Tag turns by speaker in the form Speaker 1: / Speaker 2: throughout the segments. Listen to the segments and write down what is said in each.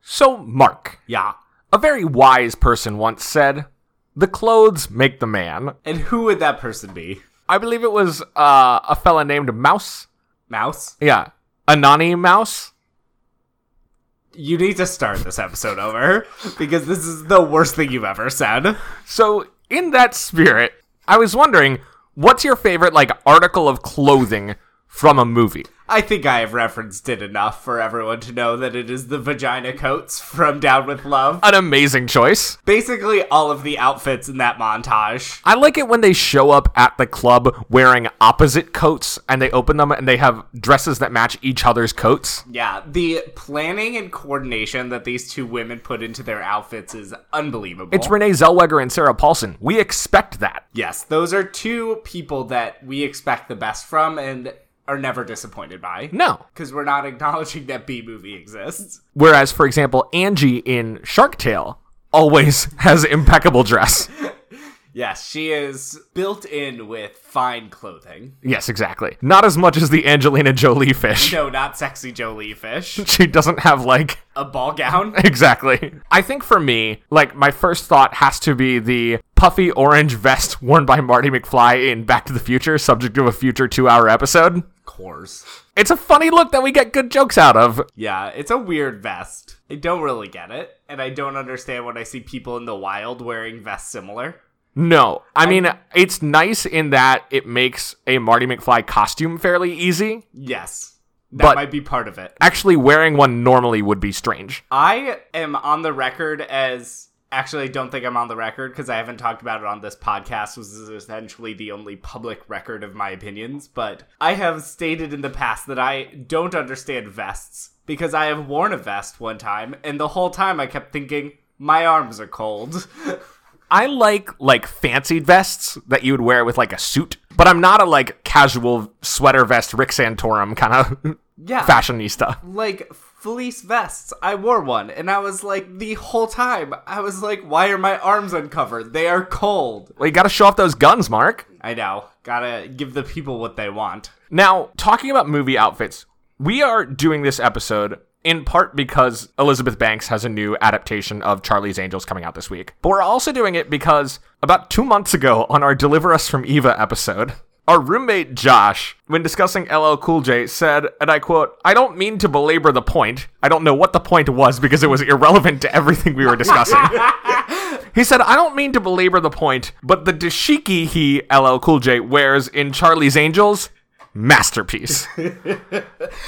Speaker 1: So, Mark,
Speaker 2: Yeah.
Speaker 1: a very wise person once said, The clothes make the man.
Speaker 2: And who would that person be?
Speaker 1: I believe it was uh, a fella named Mouse.
Speaker 2: Mouse?
Speaker 1: Yeah. Anani Mouse.
Speaker 2: You need to start this episode over because this is the worst thing you've ever said.
Speaker 1: So, in that spirit, I was wondering, what's your favorite, like, article of clothing from a movie?
Speaker 2: I think I have referenced it enough for everyone to know that it is the vagina coats from Down with Love.
Speaker 1: An amazing choice.
Speaker 2: Basically, all of the outfits in that montage.
Speaker 1: I like it when they show up at the club wearing opposite coats and they open them and they have dresses that match each other's coats.
Speaker 2: Yeah, the planning and coordination that these two women put into their outfits is unbelievable.
Speaker 1: It's Renee Zellweger and Sarah Paulson. We expect that.
Speaker 2: yes, those are two people that we expect the best from and are never disappointed by.
Speaker 1: No.
Speaker 2: Because we're not acknowledging that B movie exists.
Speaker 1: Whereas, for example, Angie in Shark Tale always has impeccable dress.
Speaker 2: Yes, she is built in with fine clothing.
Speaker 1: Yes, exactly. Not as much as the Angelina Jolie fish.
Speaker 2: No, not sexy Jolie fish.
Speaker 1: She doesn't have like
Speaker 2: A ball gown?
Speaker 1: exactly. I think for me, like my first thought has to be the puffy orange vest worn by Marty McFly in Back to the Future, subject of a future 2-hour episode.
Speaker 2: Course.
Speaker 1: It's a funny look that we get good jokes out of.
Speaker 2: Yeah, it's a weird vest. I don't really get it, and I don't understand when I see people in the wild wearing vests similar.
Speaker 1: No, I mean it's nice in that it makes a Marty McFly costume fairly easy.
Speaker 2: Yes. That
Speaker 1: But-
Speaker 2: might be part of it.
Speaker 1: Actually, wearing one normally would be strange.
Speaker 2: I am on the record as actually I don't think I'm on the record because I haven't talked about it on this podcast which is essentially the only public record of my opinions, but I have stated in the past that I don't understand vests because I have worn a vest one time and the whole time I kept thinking my arms are cold.
Speaker 1: I like like fancied vests that you would wear with like a suit, but I'm not a like casual sweater vest Rick Santorum kind of
Speaker 2: yeah.
Speaker 1: fashionista.
Speaker 2: like fleece vests. I wore one and I was like the whole time I was like why are my arms uncovered? They are cold.
Speaker 1: Well, you got to show off those guns, Mark.
Speaker 2: I know. Got to give the people what they want.
Speaker 1: Now, talking about movie outfits, we are doing this episode in part because Elizabeth Banks has a new adaptation of Charlie's Angels coming out this week. But we're also doing it because about two months ago on our Deliver Us from Eva episode, our roommate Josh, when discussing LL Cool J, said, and I quote, I don't mean to belabor the point. I don't know what the point was because it was irrelevant to everything we were discussing. He said, I don't mean to belabor the point, but the dashiki he, LL Cool J, wears in Charlie's Angels, masterpiece.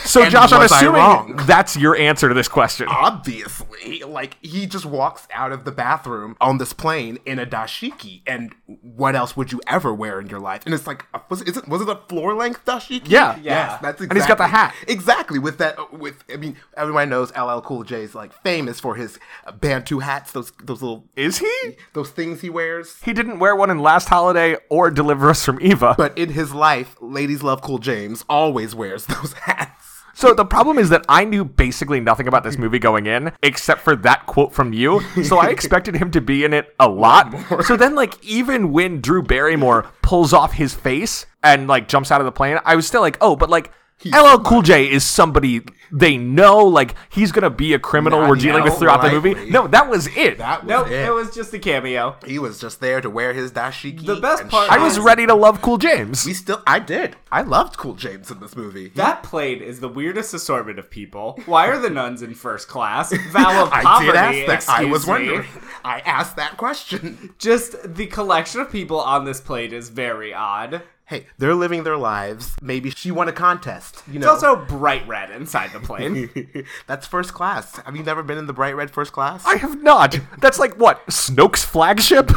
Speaker 1: so, Josh, I'm
Speaker 3: was I wrong? Uh,
Speaker 1: assuming that's your answer to this question.
Speaker 3: Obviously, like he just walks out of the bathroom on this plane in a dashiki, and what else would you ever wear in your life? And it's like, uh, was it, is it was it a floor length dashiki?
Speaker 1: Yeah.
Speaker 2: Yeah.
Speaker 3: yes, that's exactly.
Speaker 1: And he's got the hat.
Speaker 3: exactly with that. uh, With I mean, everyone knows LL Cool J is like famous for his uh, bantu hats, those those little
Speaker 1: Is he?
Speaker 3: those things he wears.
Speaker 1: He didn't wear one in Last Holiday or Deliver Us from Eva.
Speaker 3: But in his life, ladies love Cool James. Always wears those hats.
Speaker 1: so the problem is that I knew basically nothing about this movie going in, except for that quote from you. So I expected him to be in it a lot. So then, like, even when Drew Barrymore pulls off his face and like jumps out of the plane, I was still like, oh, but like. LL Cool J is somebody they know, like he's gonna be a criminal
Speaker 3: Not
Speaker 1: we're dealing with
Speaker 3: now,
Speaker 1: throughout the movie.
Speaker 3: likely.
Speaker 1: No, that was it.
Speaker 3: That was
Speaker 2: Nope,
Speaker 3: it.
Speaker 2: it was just a cameo.
Speaker 3: he was just there to wear his dashiki.
Speaker 2: The best
Speaker 3: and
Speaker 2: part
Speaker 1: I was ready to love Cool James.
Speaker 3: We still, I did. I loved Cool James in this movie.
Speaker 2: That plane is the weirdest assortment of people. Why are the nuns in first class? Vow of
Speaker 3: I
Speaker 2: poverty.
Speaker 3: did ask that. I
Speaker 2: excuse
Speaker 3: was
Speaker 2: me.
Speaker 3: wondering. I asked that question.
Speaker 2: Just the collection of people on this plane is very odd.
Speaker 3: Hey, they're living their lives. Maybe she won a contest. You
Speaker 2: It's
Speaker 3: know,
Speaker 2: also bright red inside the plane.
Speaker 3: that's first class. Have you never been in the bright red first class?
Speaker 1: I have not. That's like what Snoke's flagship.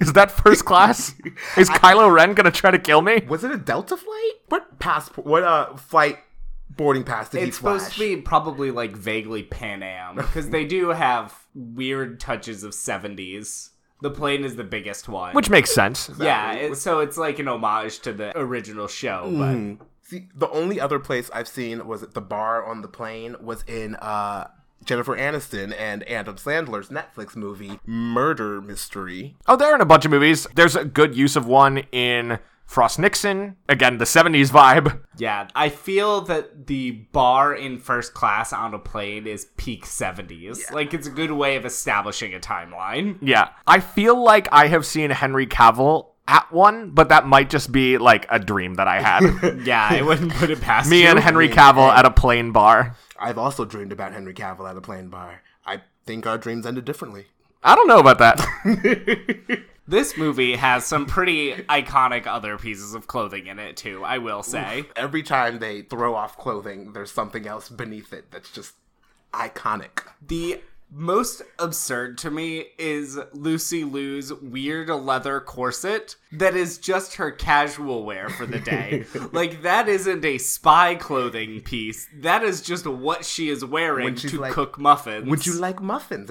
Speaker 1: Is that first class? Is Kylo Ren gonna try to kill me?
Speaker 3: was it a Delta flight? What passport? What uh flight boarding pass did he
Speaker 2: It's
Speaker 3: flash?
Speaker 2: supposed to be probably like vaguely Pan Am because they do have weird touches of 70s. The plane is the biggest one.
Speaker 1: Which makes sense.
Speaker 2: yeah, it, so it's like an homage to the original show,
Speaker 3: Mm.
Speaker 2: but
Speaker 3: See, the only other place I've seen was at the bar on the plane was in uh. Jennifer Aniston and Adam Sandler's Netflix movie Murder Mystery.
Speaker 1: Oh, they're in a bunch of movies. There's a good use of one in Frost Nixon. Again, the 70s vibe.
Speaker 2: Yeah, I feel that the bar in first class on a plane is peak 70s. Like, it's a good way of establishing a timeline.
Speaker 1: Yeah. I feel like I have seen Henry Cavill at one, but that might just be like a dream that I had.
Speaker 2: Yeah, I wouldn't put it past
Speaker 1: Me
Speaker 2: you.
Speaker 1: and Henry Cavill at a plane bar.
Speaker 3: I've also dreamed about Henry Cavill at a plane bar. I think our dreams ended differently.
Speaker 1: I don't know about that.
Speaker 2: This movie has some pretty iconic other pieces of clothing in it, too, I will say.
Speaker 3: Every time they throw off clothing, there's something else beneath it that's just iconic.
Speaker 2: The most absurd to me is Lucy Liu's weird leather corset that is just her casual wear for the day. like that isn't a spy clothing piece. That is just what she is wearing
Speaker 3: When she's
Speaker 2: to
Speaker 3: like,
Speaker 2: cook muffins.
Speaker 3: Would you like muffins,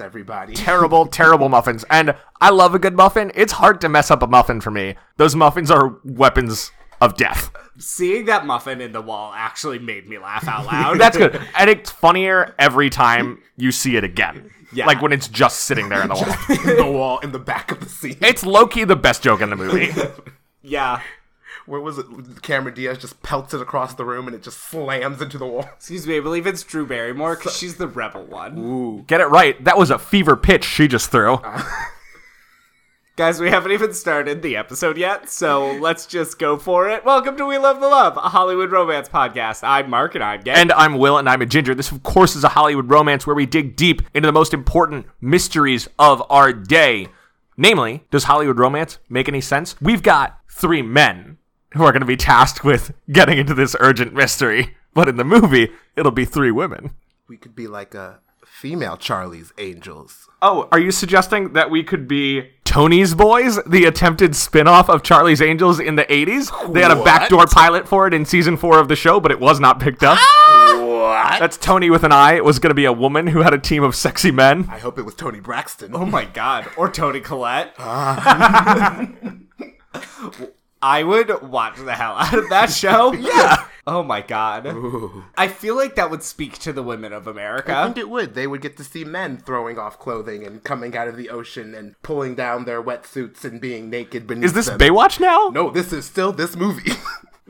Speaker 3: everybody?
Speaker 1: terrible, terrible muffins. And I love a good muffin. It's hard to mess up a muffin for me. Those muffins are weapons of death.
Speaker 2: Seeing that muffin in the wall actually made me laugh out loud.
Speaker 1: That's good. And it's funnier every time you see it again.
Speaker 2: Yeah.
Speaker 1: Like when it's just sitting there in the wall.
Speaker 3: in the wall, in the back of the scene.
Speaker 1: It's low key the best joke in the movie.
Speaker 2: yeah.
Speaker 3: Where was it? Cameron Diaz just pelts it across the room and it just slams into the wall.
Speaker 2: Excuse me, I believe it's Drew Barrymore because she's the rebel one.
Speaker 3: Ooh.
Speaker 1: Get it right. That was a fever pitch she just threw.
Speaker 2: Guys, we haven't even started the episode yet, so let's just go for it. Welcome to We Love the Love, a Hollywood romance podcast. I'm Mark and I'm gay.
Speaker 1: And I'm Will and I'm a Ginger. This, of course, is a Hollywood romance where we dig deep into the most important mysteries of our day. Namely, does Hollywood romance make any sense? We've got three men who are going to be tasked with getting into this urgent mystery, but in the movie, it'll be three women.
Speaker 3: We could be like a female Charlie's Angels.
Speaker 1: Oh, are you suggesting that we could be Tony's Boys, the attempted spin-off of Charlie's Angels in the 80s? They had a
Speaker 3: What?
Speaker 1: backdoor pilot for it in season 4 of the show, but it was not picked up.
Speaker 3: What?
Speaker 1: That's Tony with an eye. It was going to be a woman who had a team of sexy men.
Speaker 3: I hope it was Tony Braxton.
Speaker 2: oh my god, or Tony Collette.
Speaker 3: Ah.
Speaker 2: I would watch the hell out of that show. Yeah. Oh my god. I feel like that would speak to the women of
Speaker 3: I
Speaker 2: America.
Speaker 3: think it would. They would get to see men throwing off clothing and coming out of the ocean and pulling down their wetsuits and being naked beneath
Speaker 1: Is this
Speaker 3: them.
Speaker 1: Baywatch now?
Speaker 3: no, this is still this movie.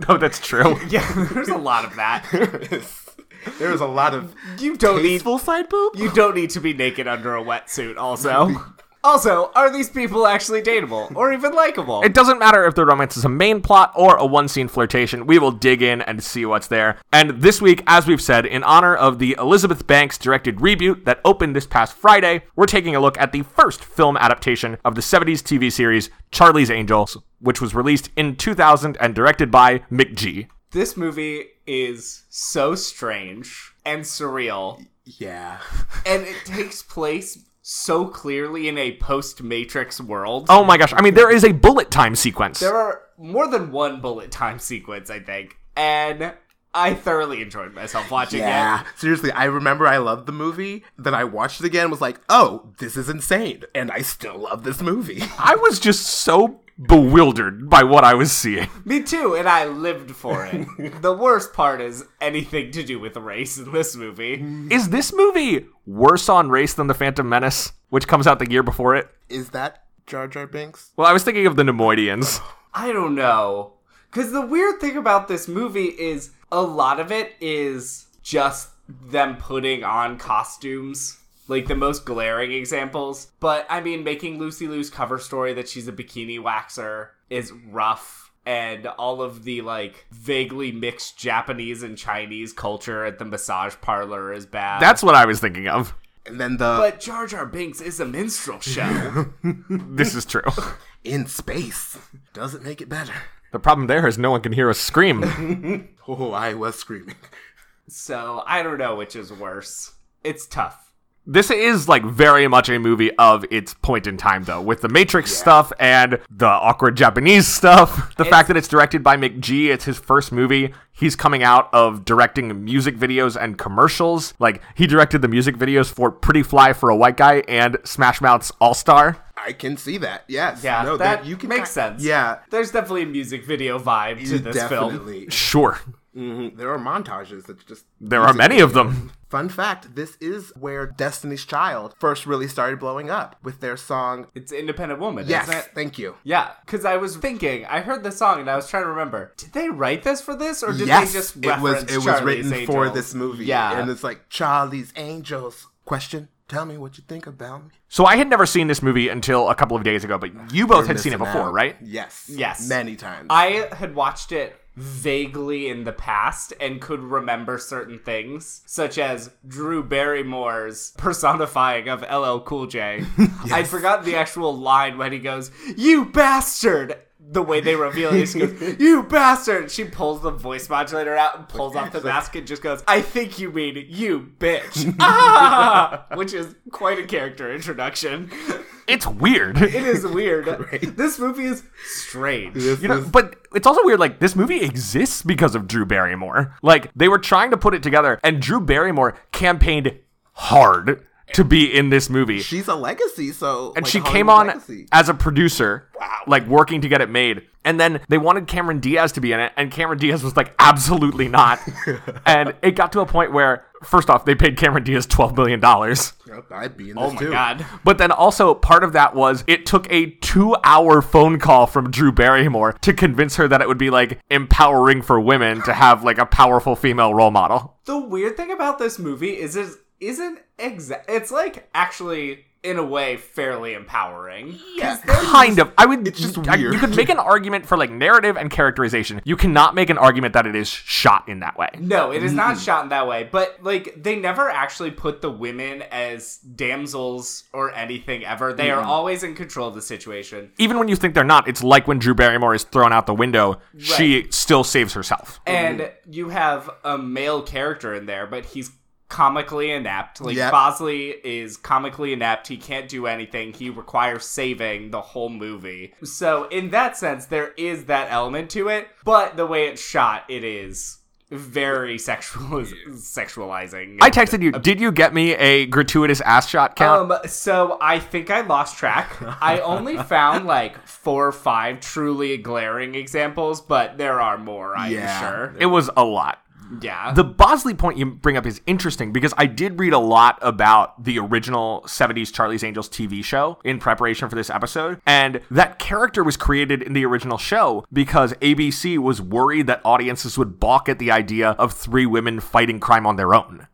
Speaker 1: No, that's true.
Speaker 2: Yeah, there's a lot of that.
Speaker 3: there is a lot of
Speaker 2: You don't need
Speaker 3: tasteful side boob.
Speaker 2: You don't need to be naked under a wetsuit, also. Also, are these people actually dateable or even likable?
Speaker 1: It doesn't matter if the romance is a main plot or a one scene flirtation, we will dig in and see what's there. And this week, as we've said, in honor of the Elizabeth Banks directed reboot that opened this past Friday, we're taking a look at the first film adaptation of the 70s TV series Charlie's Angels, which was released in 2000 and directed by Mick G.
Speaker 2: This movie is so strange and surreal,
Speaker 3: Yeah.
Speaker 2: and it takes place so clearly in a post Matrix world.
Speaker 1: Oh my gosh, I mean, there is a bullet time sequence.
Speaker 2: There are more than one bullet time sequence, I think, and I thoroughly enjoyed myself watching
Speaker 3: Yeah. Seriously, I remember I loved the movie. Then I watched it again and was like, oh, this is insane. And I still love this movie.
Speaker 1: I was just so bewildered by what I was seeing.
Speaker 2: it. Me too, and I lived for it. the worst part is anything to do with race in this movie.
Speaker 1: Is this movie worse on race than The Phantom Menace, which comes out the year before it?
Speaker 3: is that Jar Jar Binks?
Speaker 1: Well, I was thinking of the Nemoidians.
Speaker 2: I don't know. Because the weird thing about this movie is a lot of it is just them putting on costumes. Like the most glaring examples. But I mean, making Lucy Lou's cover story that she's a bikini waxer is rough. And all of the like vaguely mixed Japanese and Chinese culture at the massage parlor is bad.
Speaker 1: That's what I was thinking of.
Speaker 3: And then the
Speaker 2: but Jar Jar Binks is a minstrel show.
Speaker 1: This is true.
Speaker 3: in space doesn't make it better.
Speaker 1: The problem there is no one can hear us scream.
Speaker 3: Oh, I was screaming.
Speaker 2: so I don't know which is worse. It's tough.
Speaker 1: This is like very much a movie of its point in time, though, with the Matrix stuff and the awkward Japanese stuff. The fact that it's directed by Mick G, it's his first movie. He's coming out of directing music videos and commercials. Like, he directed the music videos for Pretty Fly for a White Guy and Smash Mouth's All Star.
Speaker 3: I can see that. Yes.
Speaker 2: Yeah,
Speaker 3: No,
Speaker 2: that, you can makes
Speaker 3: ki-
Speaker 2: sense.
Speaker 3: Yeah.
Speaker 2: there's definitely a music video vibe to this film.
Speaker 3: definitely.
Speaker 1: Sure.
Speaker 3: Mhm. There are montages that just.
Speaker 1: There are many of them.
Speaker 3: Fun fact this is where Destiny's Child first really started blowing up with their song.
Speaker 2: It's Independent Woman,
Speaker 3: Yes,
Speaker 2: isn't it?
Speaker 3: thank you.
Speaker 2: Yeah, because I was thinking, I heard the song and I was trying to remember, did they write this for this or did
Speaker 3: yes,
Speaker 2: they just
Speaker 3: it was
Speaker 2: reference
Speaker 3: it was
Speaker 2: Charlie's
Speaker 3: written for
Speaker 2: Angels?
Speaker 3: this movie.
Speaker 2: Yeah.
Speaker 3: and it's like Charlie's Angels. Question: Tell me what you think about me.
Speaker 1: So I had never seen this movie until a couple of days ago, but you both had seen it
Speaker 3: Missing
Speaker 1: before,
Speaker 3: out.
Speaker 1: right?
Speaker 3: Yes,
Speaker 2: Yes.
Speaker 3: many times.
Speaker 2: I had watched it vaguely in the past and could remember certain things, such as Drew Barrymore's personifying of LL Cool J. I forgot the actual line when he goes, "You bastard." The way they reveal it, she goes, "You bastard!" She pulls the voice modulator out and pulls off the mask and just goes, "I think you mean you, bitch," ah! which is quite a character introduction.
Speaker 1: It's weird.
Speaker 2: It is weird. This movie is strange.
Speaker 1: You know, but it's also weird. Like this movie exists because of Drew Barrymore. Like they were trying to put it together, and Drew Barrymore campaigned hard to be in this movie,
Speaker 3: She's a legacy, so
Speaker 1: and
Speaker 3: like,
Speaker 1: she
Speaker 3: Hollywood
Speaker 1: came on
Speaker 3: legacy.
Speaker 1: as a producer, like working to get it made. And then they wanted Cameron Diaz to be in it, and Cameron Diaz was like, "Absolutely not." and it got to a point where, first off, they paid Cameron Diaz twelve million dollars.
Speaker 3: Yep, I'd be in this
Speaker 2: Oh my
Speaker 3: too.
Speaker 2: god.
Speaker 1: But then also part of that was it took a two hour phone call from Drew Barrymore to convince her that it would be like empowering for women to have like a powerful female role model.
Speaker 2: the weird thing about this movie is it isn't exact. It's like actually in a way fairly empowering. Yeah,
Speaker 1: Kind of. I would.
Speaker 3: It's just
Speaker 1: I-
Speaker 3: weird.
Speaker 1: you could make an argument for like narrative and characterization. You cannot make an argument that it is shot in that way.
Speaker 2: No, it is not shot in that way, but like they never actually put the women as damsels or anything ever. They are always in control of the situation.
Speaker 1: Even when you think they're not, it's like when Drew Barrymore is thrown out the window, she still saves herself.
Speaker 2: And you have a male character in there, but he's comically inept. Like
Speaker 3: Yep.
Speaker 2: Bosley is comically inept. He can't do anything. He requires saving the whole movie. So in that sense, there is that element to it. But the way it's shot, it is very sexual sexualizing.
Speaker 1: I texted you. Did you get me a gratuitous ass shot count?
Speaker 2: Um, so I think I lost track. I only found like four or five truly glaring examples, but there are more, I'm
Speaker 3: Yeah.
Speaker 2: sure.
Speaker 1: it was a lot.
Speaker 2: yeah.
Speaker 1: The Bosley point you bring up is interesting because I did read a lot about the original 70s Charlie's Angels TV show in preparation for this episode. And that character was created in the original show because ABC was worried that audiences would balk at the idea of three women fighting crime on their own.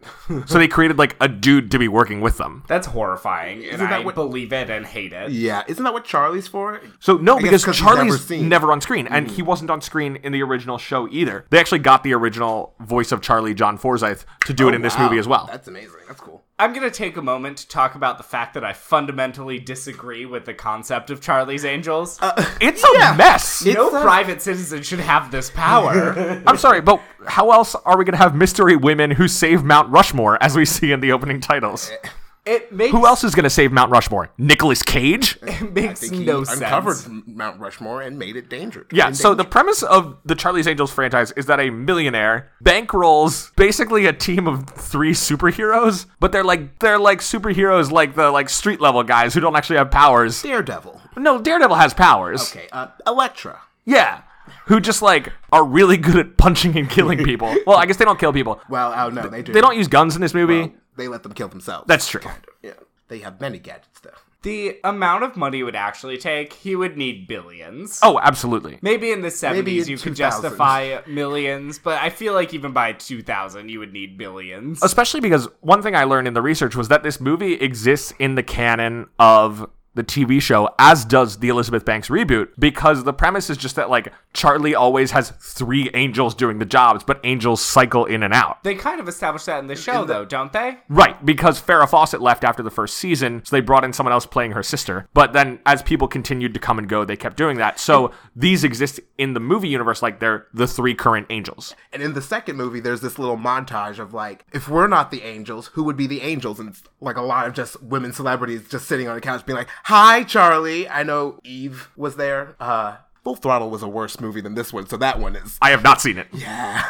Speaker 1: so they created like a dude to be working with them.
Speaker 2: That's horrifying, and
Speaker 3: that
Speaker 2: I
Speaker 3: what-
Speaker 2: believe it and hate it.
Speaker 3: Yeah, isn't that what Charlie's for?
Speaker 1: So no,
Speaker 3: guess
Speaker 1: because
Speaker 3: 'cause he's never
Speaker 1: Charlie's never,
Speaker 3: seen. Mm.
Speaker 1: on screen, and he wasn't on screen in the original show either. They actually got the original voice of Charlie, John Forsythe, to do it in this
Speaker 3: Oh, Wow,
Speaker 1: movie as well.
Speaker 3: That's amazing. That's cool.
Speaker 2: I'm gonna take a moment to talk about the fact that I fundamentally disagree with the concept of Charlie's Angels.
Speaker 3: Uh,
Speaker 1: It's a mess.
Speaker 2: no
Speaker 3: it's a-
Speaker 2: private citizen should have this power.
Speaker 1: I'm sorry, but how else are we going to have mystery women who save Mount Rushmore as we see in the opening titles?
Speaker 3: Eh.
Speaker 2: it makes
Speaker 1: Who else is going to save Mount Rushmore? Nicolas Cage?
Speaker 3: Eh,
Speaker 2: it makes
Speaker 3: Think he
Speaker 2: no sense.
Speaker 3: uncovered Mount Rushmore and made it dangerous.
Speaker 1: Yeah, so the premise of the Charlie's Angels franchise is that a millionaire bankrolls basically a team of three superheroes, but they're like they're like superheroes like the like street level guys who don't actually have powers.
Speaker 3: Daredevil.
Speaker 1: No, Daredevil has powers.
Speaker 3: Okay, uh, Elektra.
Speaker 1: Yeah. Who just like are really good at punching and killing people. well, I guess they don't kill people.
Speaker 3: Well, oh no, they do.
Speaker 1: They don't use guns in this movie.
Speaker 3: They let them kill themselves.
Speaker 1: That's true.
Speaker 3: yeah. They have many gadgets though.
Speaker 2: the amount of money it would actually take, he would need billions.
Speaker 1: Oh, absolutely.
Speaker 2: Maybe in the 70s
Speaker 3: Maybe in
Speaker 2: you could
Speaker 3: 2000s.
Speaker 2: justify millions, but I feel like even by 2000 you would need billions.
Speaker 3: Uh,
Speaker 1: Especially because one thing I learned in the research was that this movie exists in the canon of the TV show, as does the Elizabeth Banks reboot, because the premise is just that, like, Charlie always has three angels doing the jobs, but angels cycle in and out.
Speaker 2: They kind of establish that in the show, though, don't they?
Speaker 1: Right, because Farrah Fawcett left after the first season, so they brought in someone else playing her sister. But then, as people continued to come and go, they kept doing that. So these exist in the movie universe, like they're the three current angels.
Speaker 3: And in the second movie, there's this little montage of like, if we're not the angels, who would be the angels? And it's like a lot of just women celebrities just sitting on a couch being like, "Hi, Charlie." I know Eve was there. Uh, Full Throttle was a worse movie than this one, so that one is.
Speaker 1: I have not seen it.
Speaker 3: Yeah.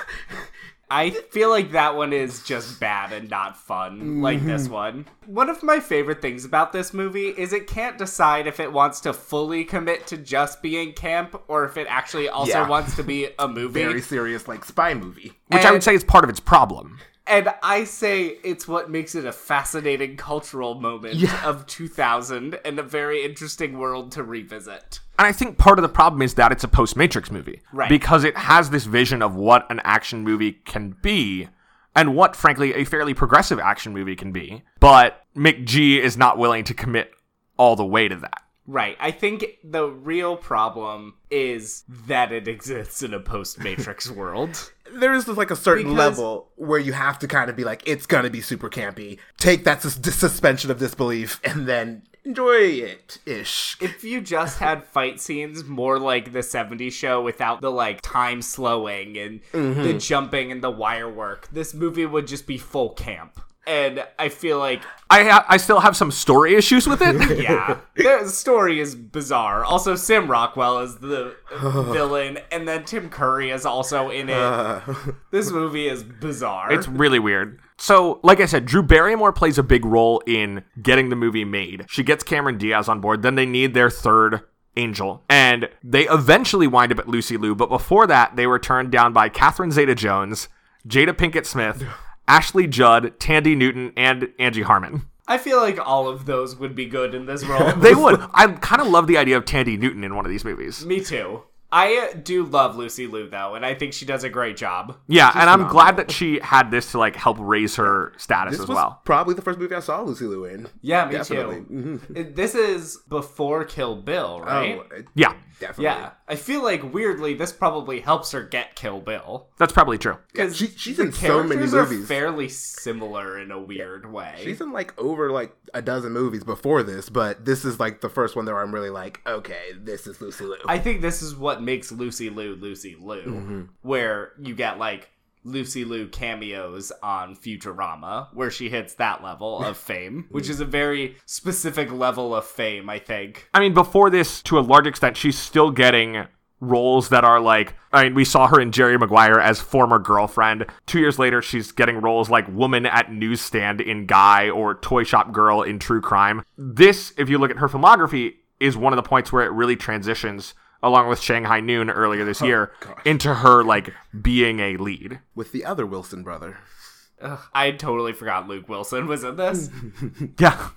Speaker 2: I feel like that one is just bad and not fun, like
Speaker 3: Mm-hmm.
Speaker 2: this one. One of my favorite things about this movie is it can't decide if it wants to fully commit to just being camp or if it actually also
Speaker 3: Yeah.
Speaker 2: wants to be a movie.
Speaker 3: Very serious, like spy movie.
Speaker 1: Which I
Speaker 2: And-
Speaker 1: would say is part of its problem.
Speaker 2: And I say it's what makes it a fascinating cultural moment
Speaker 3: Yeah.
Speaker 2: of 2000 and a very interesting world to revisit.
Speaker 1: And I think part of the problem is that it's a post Matrix movie.
Speaker 2: Right.
Speaker 1: Because it has this vision of what an action movie can be and what, frankly, a fairly progressive action movie can be. But McG is not willing to commit all the way to that.
Speaker 2: Right. I think the real problem is that it exists in a post Matrix world.
Speaker 3: There is like a certain
Speaker 2: Because-
Speaker 3: level where you have to kind of be like, it's gonna be super campy. Take that sus- dis- suspension of disbelief and then enjoy it ish.
Speaker 2: If you just had fight scenes more like the 70s show without the like time slowing and the jumping and the wire work, this movie would just be full camp. And I feel like
Speaker 1: I, ha- I still have some story issues with it.
Speaker 2: yeah, the story is bizarre. Also, Sam Rockwell is the villain, and then Tim Curry is also in it. This movie is bizarre.
Speaker 1: It's really weird. So, like I said, Drew Barrymore plays a big role in getting the movie made. She gets Cameron Diaz on board, then they need their third angel. And they eventually wind up at Lucy Liu, but before that, they were turned down by Catherine Zeta Jones, Jada Pinkett Smith, Ashley Judd, Tandy Newton, and Angie Harmon.
Speaker 2: I feel like all of those would be good in this role.
Speaker 1: They would. I kind of love the idea of Tandy Newton in one of these movies.
Speaker 2: Me too. I uh, do love Lucy Liu though, and I think she does a great job.
Speaker 1: Yeah, and I'm glad that she had this to like help raise her status
Speaker 3: This
Speaker 1: as
Speaker 3: was
Speaker 1: well.
Speaker 3: probably the first movie I saw Lucy Liu in.
Speaker 2: Yeah, me
Speaker 3: Definitely. Mm-hmm.
Speaker 2: too. It- This is before Kill Bill,
Speaker 3: Oh,
Speaker 2: right?
Speaker 3: it-
Speaker 1: Yeah,
Speaker 3: definitely.
Speaker 2: yeah. I feel like weirdly this probably helps her get Kill Bill.
Speaker 1: that's probably true.
Speaker 3: Yeah,
Speaker 2: 'Cause
Speaker 3: she- she's
Speaker 2: the
Speaker 3: in so many
Speaker 2: characters are
Speaker 3: movies.
Speaker 2: fairly similar in a weird way.
Speaker 3: She's in like over like a dozen movies before this, but this is like the first one that I'm really like, okay, this is Lucy Liu.
Speaker 2: I think this is what makes Lucy Liu Lucy Liu,
Speaker 3: Mm-hmm.
Speaker 2: where you get like Lucy Liu cameos on Futurama, where she hits that level of fame,
Speaker 3: Mm-hmm.
Speaker 2: which is a very specific level of fame, I think.
Speaker 1: I mean, before this, to a large extent, she's still getting roles that are like. I mean, we saw her in Jerry Maguire as former girlfriend. Two years later, she's getting roles like woman at newsstand in Guy or toy shop girl in True Crime. This, if you look at her filmography, is one of the points where it really transitions, along with Shanghai Noon earlier this year, into her like being a lead.
Speaker 3: with the other Wilson brother.
Speaker 2: Ugh, I totally forgot Luke Wilson was in this.
Speaker 1: Yeah.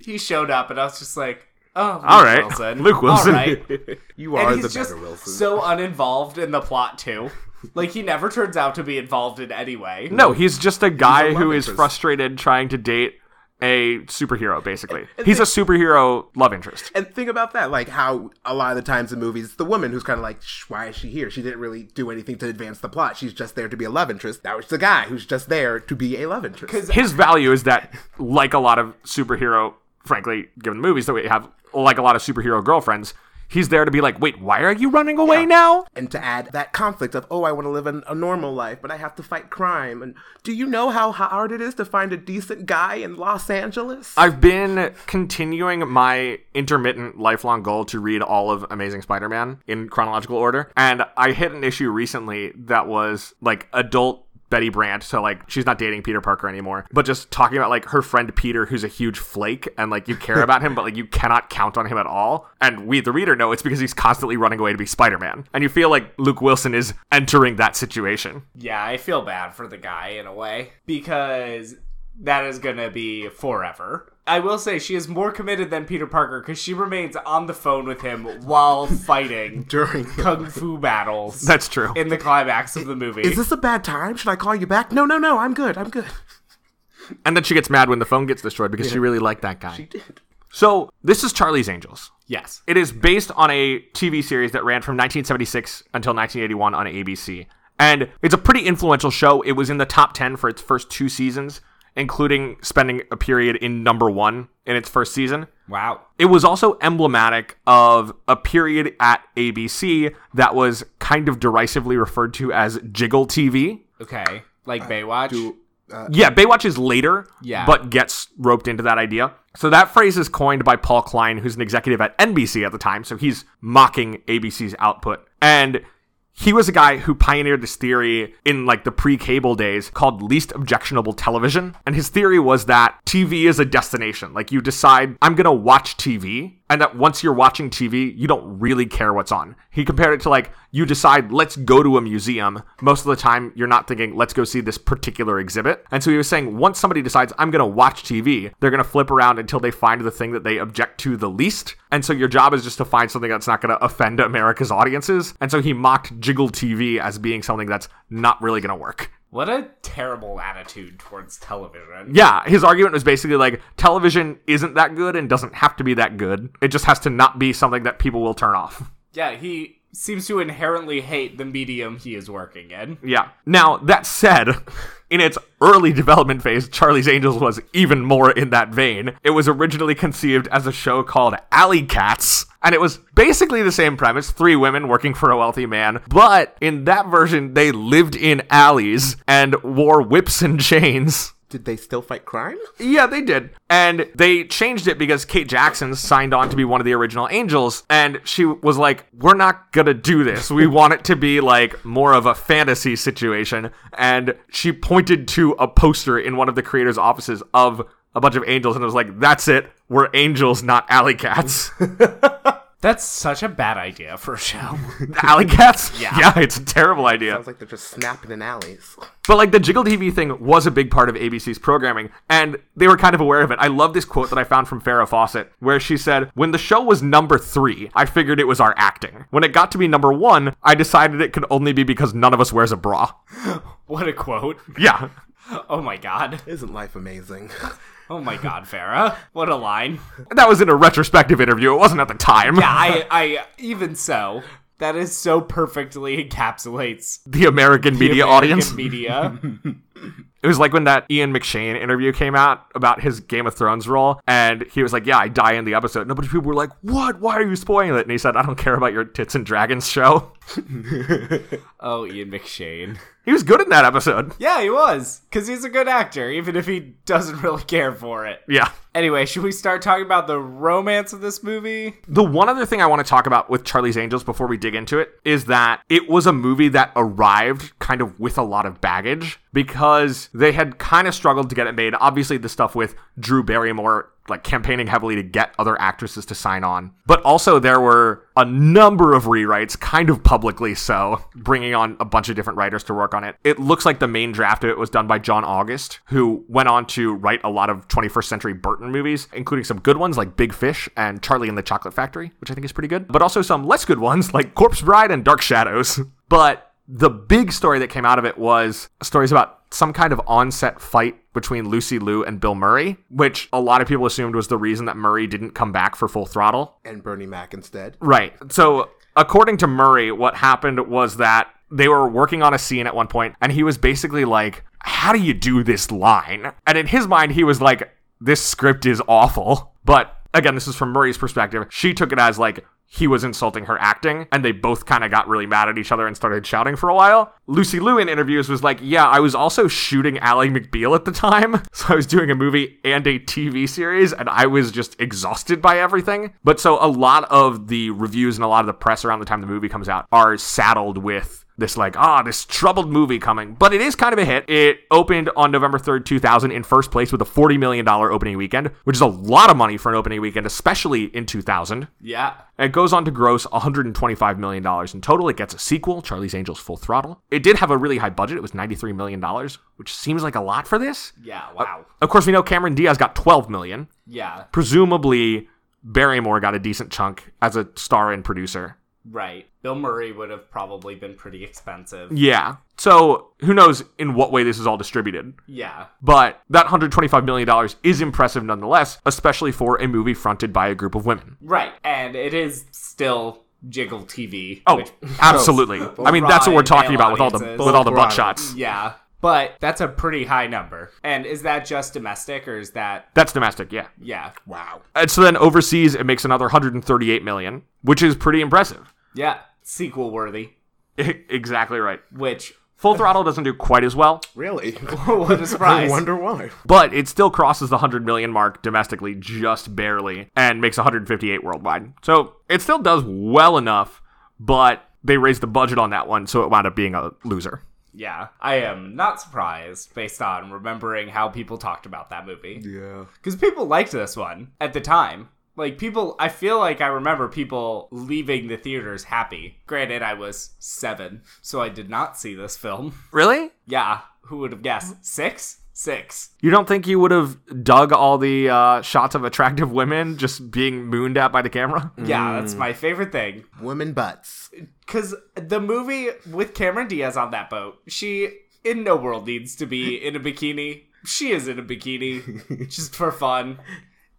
Speaker 2: he showed up, and I was just like, oh, Luke
Speaker 1: All right,
Speaker 2: Wilson.
Speaker 1: Luke Wilson.
Speaker 2: All right.
Speaker 3: You
Speaker 2: And
Speaker 3: are
Speaker 2: he's
Speaker 3: the
Speaker 2: just
Speaker 3: better Wilson.
Speaker 2: so uninvolved in the plot too. Like he never turns out to be involved in any way.
Speaker 1: No, he's just a guy
Speaker 3: love
Speaker 1: who is
Speaker 3: interest.
Speaker 1: frustrated trying to date a superhero, basically. He's a superhero love interest.
Speaker 3: and think about that, like how a lot of the times in movies, the woman who's kind of like, Shh, why is she here? She didn't really do anything to advance the plot. She's just there to be a love interest. Now it's the guy who's just there to be a love interest.
Speaker 1: His value is that, like a lot of superhero, frankly, given the movies that we have, like a lot of superhero girlfriends, he's there to be like, wait, why are you running away now?
Speaker 3: And to add that conflict of, oh, I want to live an, a normal life, but I have to fight crime. And do you know how hard it is to find a decent guy in Los Angeles?
Speaker 1: I've been continuing my intermittent lifelong goal to read all of Amazing Spider Man in chronological order. And I hit an issue recently that was like adult Betty Brandt. So, like, she's not dating Peter Parker anymore, but just talking about like her friend Peter, who's a huge flake. And like, you care about him, but like, you cannot count on him at all. And we, the reader, know it's because he's constantly running away to be Spider Man. And you feel like Luke Wilson is entering that situation.
Speaker 2: Yeah, I feel bad for the guy in a way because that is going to be forever. I will say she is more committed than Peter Parker because she remains on the phone with him while fighting
Speaker 3: During.
Speaker 2: kung fu battles.
Speaker 1: That's true.
Speaker 2: in the climax of the movie.
Speaker 3: Is this a bad time? Should I call you back? No, no, no. I'm good. I'm good.
Speaker 1: And then she gets mad when the phone gets destroyed because she really liked that guy.
Speaker 3: She did.
Speaker 1: So, this is Charlie's Angels.
Speaker 2: yes.
Speaker 1: It is based on a TV series that ran from 1976 until 1981 on ABC. And it's a pretty influential show. It was in the top 10 for its first two seasons, including spending a period in number one in its first season.
Speaker 2: Wow.
Speaker 1: It was also emblematic of a period at ABC that was kind of derisively referred to as Jiggle TV.
Speaker 2: Okay. Like Baywatch?
Speaker 1: Yeah, Baywatch is later,
Speaker 2: Yeah.
Speaker 1: but gets roped into that idea. So that phrase is coined by Paul Klein, who's an executive at NBC at the time. So he's mocking ABC's output. And He was a guy who pioneered this theory in like the pre-cable days called least objectionable television, and his theory was that TV is a destination. Like you decide I'm going to watch TV, and that once you're watching TV, you don't really care what's on. He compared it to like you decide let's go to a museum. Most of the time you're not thinking let's go see this particular exhibit. And so he was saying once somebody decides I'm going to watch TV, they're going to flip around until they find the thing that they object to the least. And so your job is just to find something that's not going to offend America's audiences. And so he mocked jiggle TV as being something that's not really going to work.
Speaker 2: What a terrible attitude towards television.
Speaker 1: Yeah, his argument was basically like television isn't that good and doesn't have to be that good. It just has to not be something that people will turn off.
Speaker 2: Yeah, he seems to inherently hate the medium he is working in.
Speaker 1: Yeah. Now, that said, in its early development phase, Charlie's Angels was even more in that vein. It was originally conceived as a show called Alley Cats, and it was basically the same premise three women working for a wealthy man, but in that version, they lived in alleys and wore whips and chains.
Speaker 3: Did they still fight crime?
Speaker 1: Yeah, they did. And they changed it because Kate Jackson signed on to be one of the original angels. And she was like, We're not going to do this. We want it to be like more of a fantasy situation. And she pointed to a poster in one of the creator's offices of a bunch of angels and was like, That's it. We're angels, not alley cats.
Speaker 2: That's such a bad idea for a show.
Speaker 1: alley cats? Yeah. Yeah, it's a terrible idea.
Speaker 3: Sounds like they're just snapping in alleys.
Speaker 1: But like the Jiggle TV thing was a big part of ABC's programming, and they were kind of aware of it. I love this quote that I found from Farrah Fawcett, where she said, When the show was number three, I figured it was our acting. When it got to be number one, I decided it could only be because none of us wears a bra.
Speaker 2: What a quote.
Speaker 1: Yeah.
Speaker 2: Oh my god.
Speaker 3: Isn't life amazing?
Speaker 2: Oh my god, Farah. What a line.
Speaker 1: That was in a retrospective interview. It wasn't at the time.
Speaker 2: Yeah, I, I even so. That is so perfectly encapsulates
Speaker 1: The American
Speaker 2: the
Speaker 1: media
Speaker 2: American
Speaker 1: audience.
Speaker 2: Media.
Speaker 1: It was like when that Ian McShane interview came out about his Game of Thrones role, and he was like, "Yeah, I die in the episode." And a bunch of people were like, "What? Why are you spoiling it?" And he said, "I don't care about your tits and dragons show."
Speaker 2: Oh, Ian McShane.
Speaker 1: He was good in that episode.
Speaker 2: Yeah, he was. Because he's a good actor, even if he doesn't really care for it.
Speaker 1: Yeah.
Speaker 2: Anyway, should we start talking about the romance of this movie?
Speaker 1: The one other thing I want to talk about with Charlie's Angels before we dig into it is that it was a movie that arrived kind of with a lot of baggage because they had kind of struggled to get it made. Obviously, the stuff with Drew Barrymore like campaigning heavily to get other actresses to sign on. But also there were a number of rewrites, kind of publicly so, bringing on a bunch of different writers to work on it. It looks like the main draft of it was done by John August, who went on to write a lot of 21st century Burton movies, including some good ones like Big Fish and Charlie and the Chocolate Factory, which I think is pretty good, but also some less good ones like Corpse Bride and Dark Shadows. But the big story that came out of it was stories about some kind of onset fight between Lucy Liu and Bill Murray, which a lot of people assumed was the reason that Murray didn't come back for full throttle.
Speaker 3: And Bernie Mac instead.
Speaker 1: Right. So, according to Murray, what happened was that they were working on a scene at one point, and he was basically like, How do you do this line? And in his mind, he was like, This script is awful. But again, this is from Murray's perspective. She took it as like, he was insulting her acting, and they both kind of got really mad at each other and started shouting for a while. Lucy Liu in interviews was like, Yeah, I was also shooting Ally McBeal at the time. So I was doing a movie and a TV series, and I was just exhausted by everything. But so a lot of the reviews and a lot of the press around the time the movie comes out are saddled with this like ah this troubled movie coming but it is kind of a hit it opened on november 3rd 2000 in first place with a $40 million opening weekend which is a lot of money for an opening weekend especially in 2000
Speaker 2: Yeah.
Speaker 1: it goes on to gross $125 million in total. It gets a sequel, Charlie's Angels Full Throttle. It did have a really high budget. It was $93 million, which seems like a lot for this.
Speaker 2: Yeah, wow.
Speaker 1: Of course, we know Cameron Diaz got $12 million.
Speaker 2: Yeah,
Speaker 1: Presumably, Barrymore got a decent chunk as a star and producer.
Speaker 2: right. Bill Murray would have probably been pretty expensive.
Speaker 1: Yeah. So who knows in what way this is all distributed.
Speaker 2: Yeah.
Speaker 1: But that $125 million is impressive nonetheless, especially for a movie fronted by a group of women.
Speaker 2: Right. And it is still Jiggle TV.
Speaker 1: Oh,
Speaker 2: which-
Speaker 1: absolutely. I mean, that's what we're talking about with all the with all the butt
Speaker 3: Right.
Speaker 1: shots.
Speaker 2: yeah. But that's a pretty high number. And is that just domestic or is that.
Speaker 1: That's domestic, yeah.
Speaker 2: Yeah.
Speaker 3: Wow.
Speaker 1: And so then overseas, it makes another 138 million, which is pretty impressive.
Speaker 2: Yeah. Sequel worthy.
Speaker 1: exactly right.
Speaker 2: Which.
Speaker 1: Full Throttle doesn't do quite as well,
Speaker 3: Really?
Speaker 2: What a
Speaker 3: I
Speaker 2: surprise.
Speaker 3: wonder why.
Speaker 1: but it still crosses the 100 million mark domestically just barely and makes 158 worldwide. So it still does well enough, but they raised the budget on that one, so it wound up being a loser.
Speaker 2: Yeah, I am not surprised based on remembering how people talked about that movie.
Speaker 3: Yeah.
Speaker 2: Because people liked this one at the time. Like, people, I feel like I remember people leaving the theaters happy. Granted, I was seven, so I did not see this film.
Speaker 1: Really?
Speaker 2: Yeah, who would have guessed? Six? Six.
Speaker 1: You don't think you would have dug all the uh, shots of attractive women just being mooned at by the camera?
Speaker 2: Yeah, that's my favorite thing.
Speaker 3: Women butts.
Speaker 2: Because the movie with Cameron Diaz on that boat, she in no world needs to be in a bikini. She is in a bikini just for fun.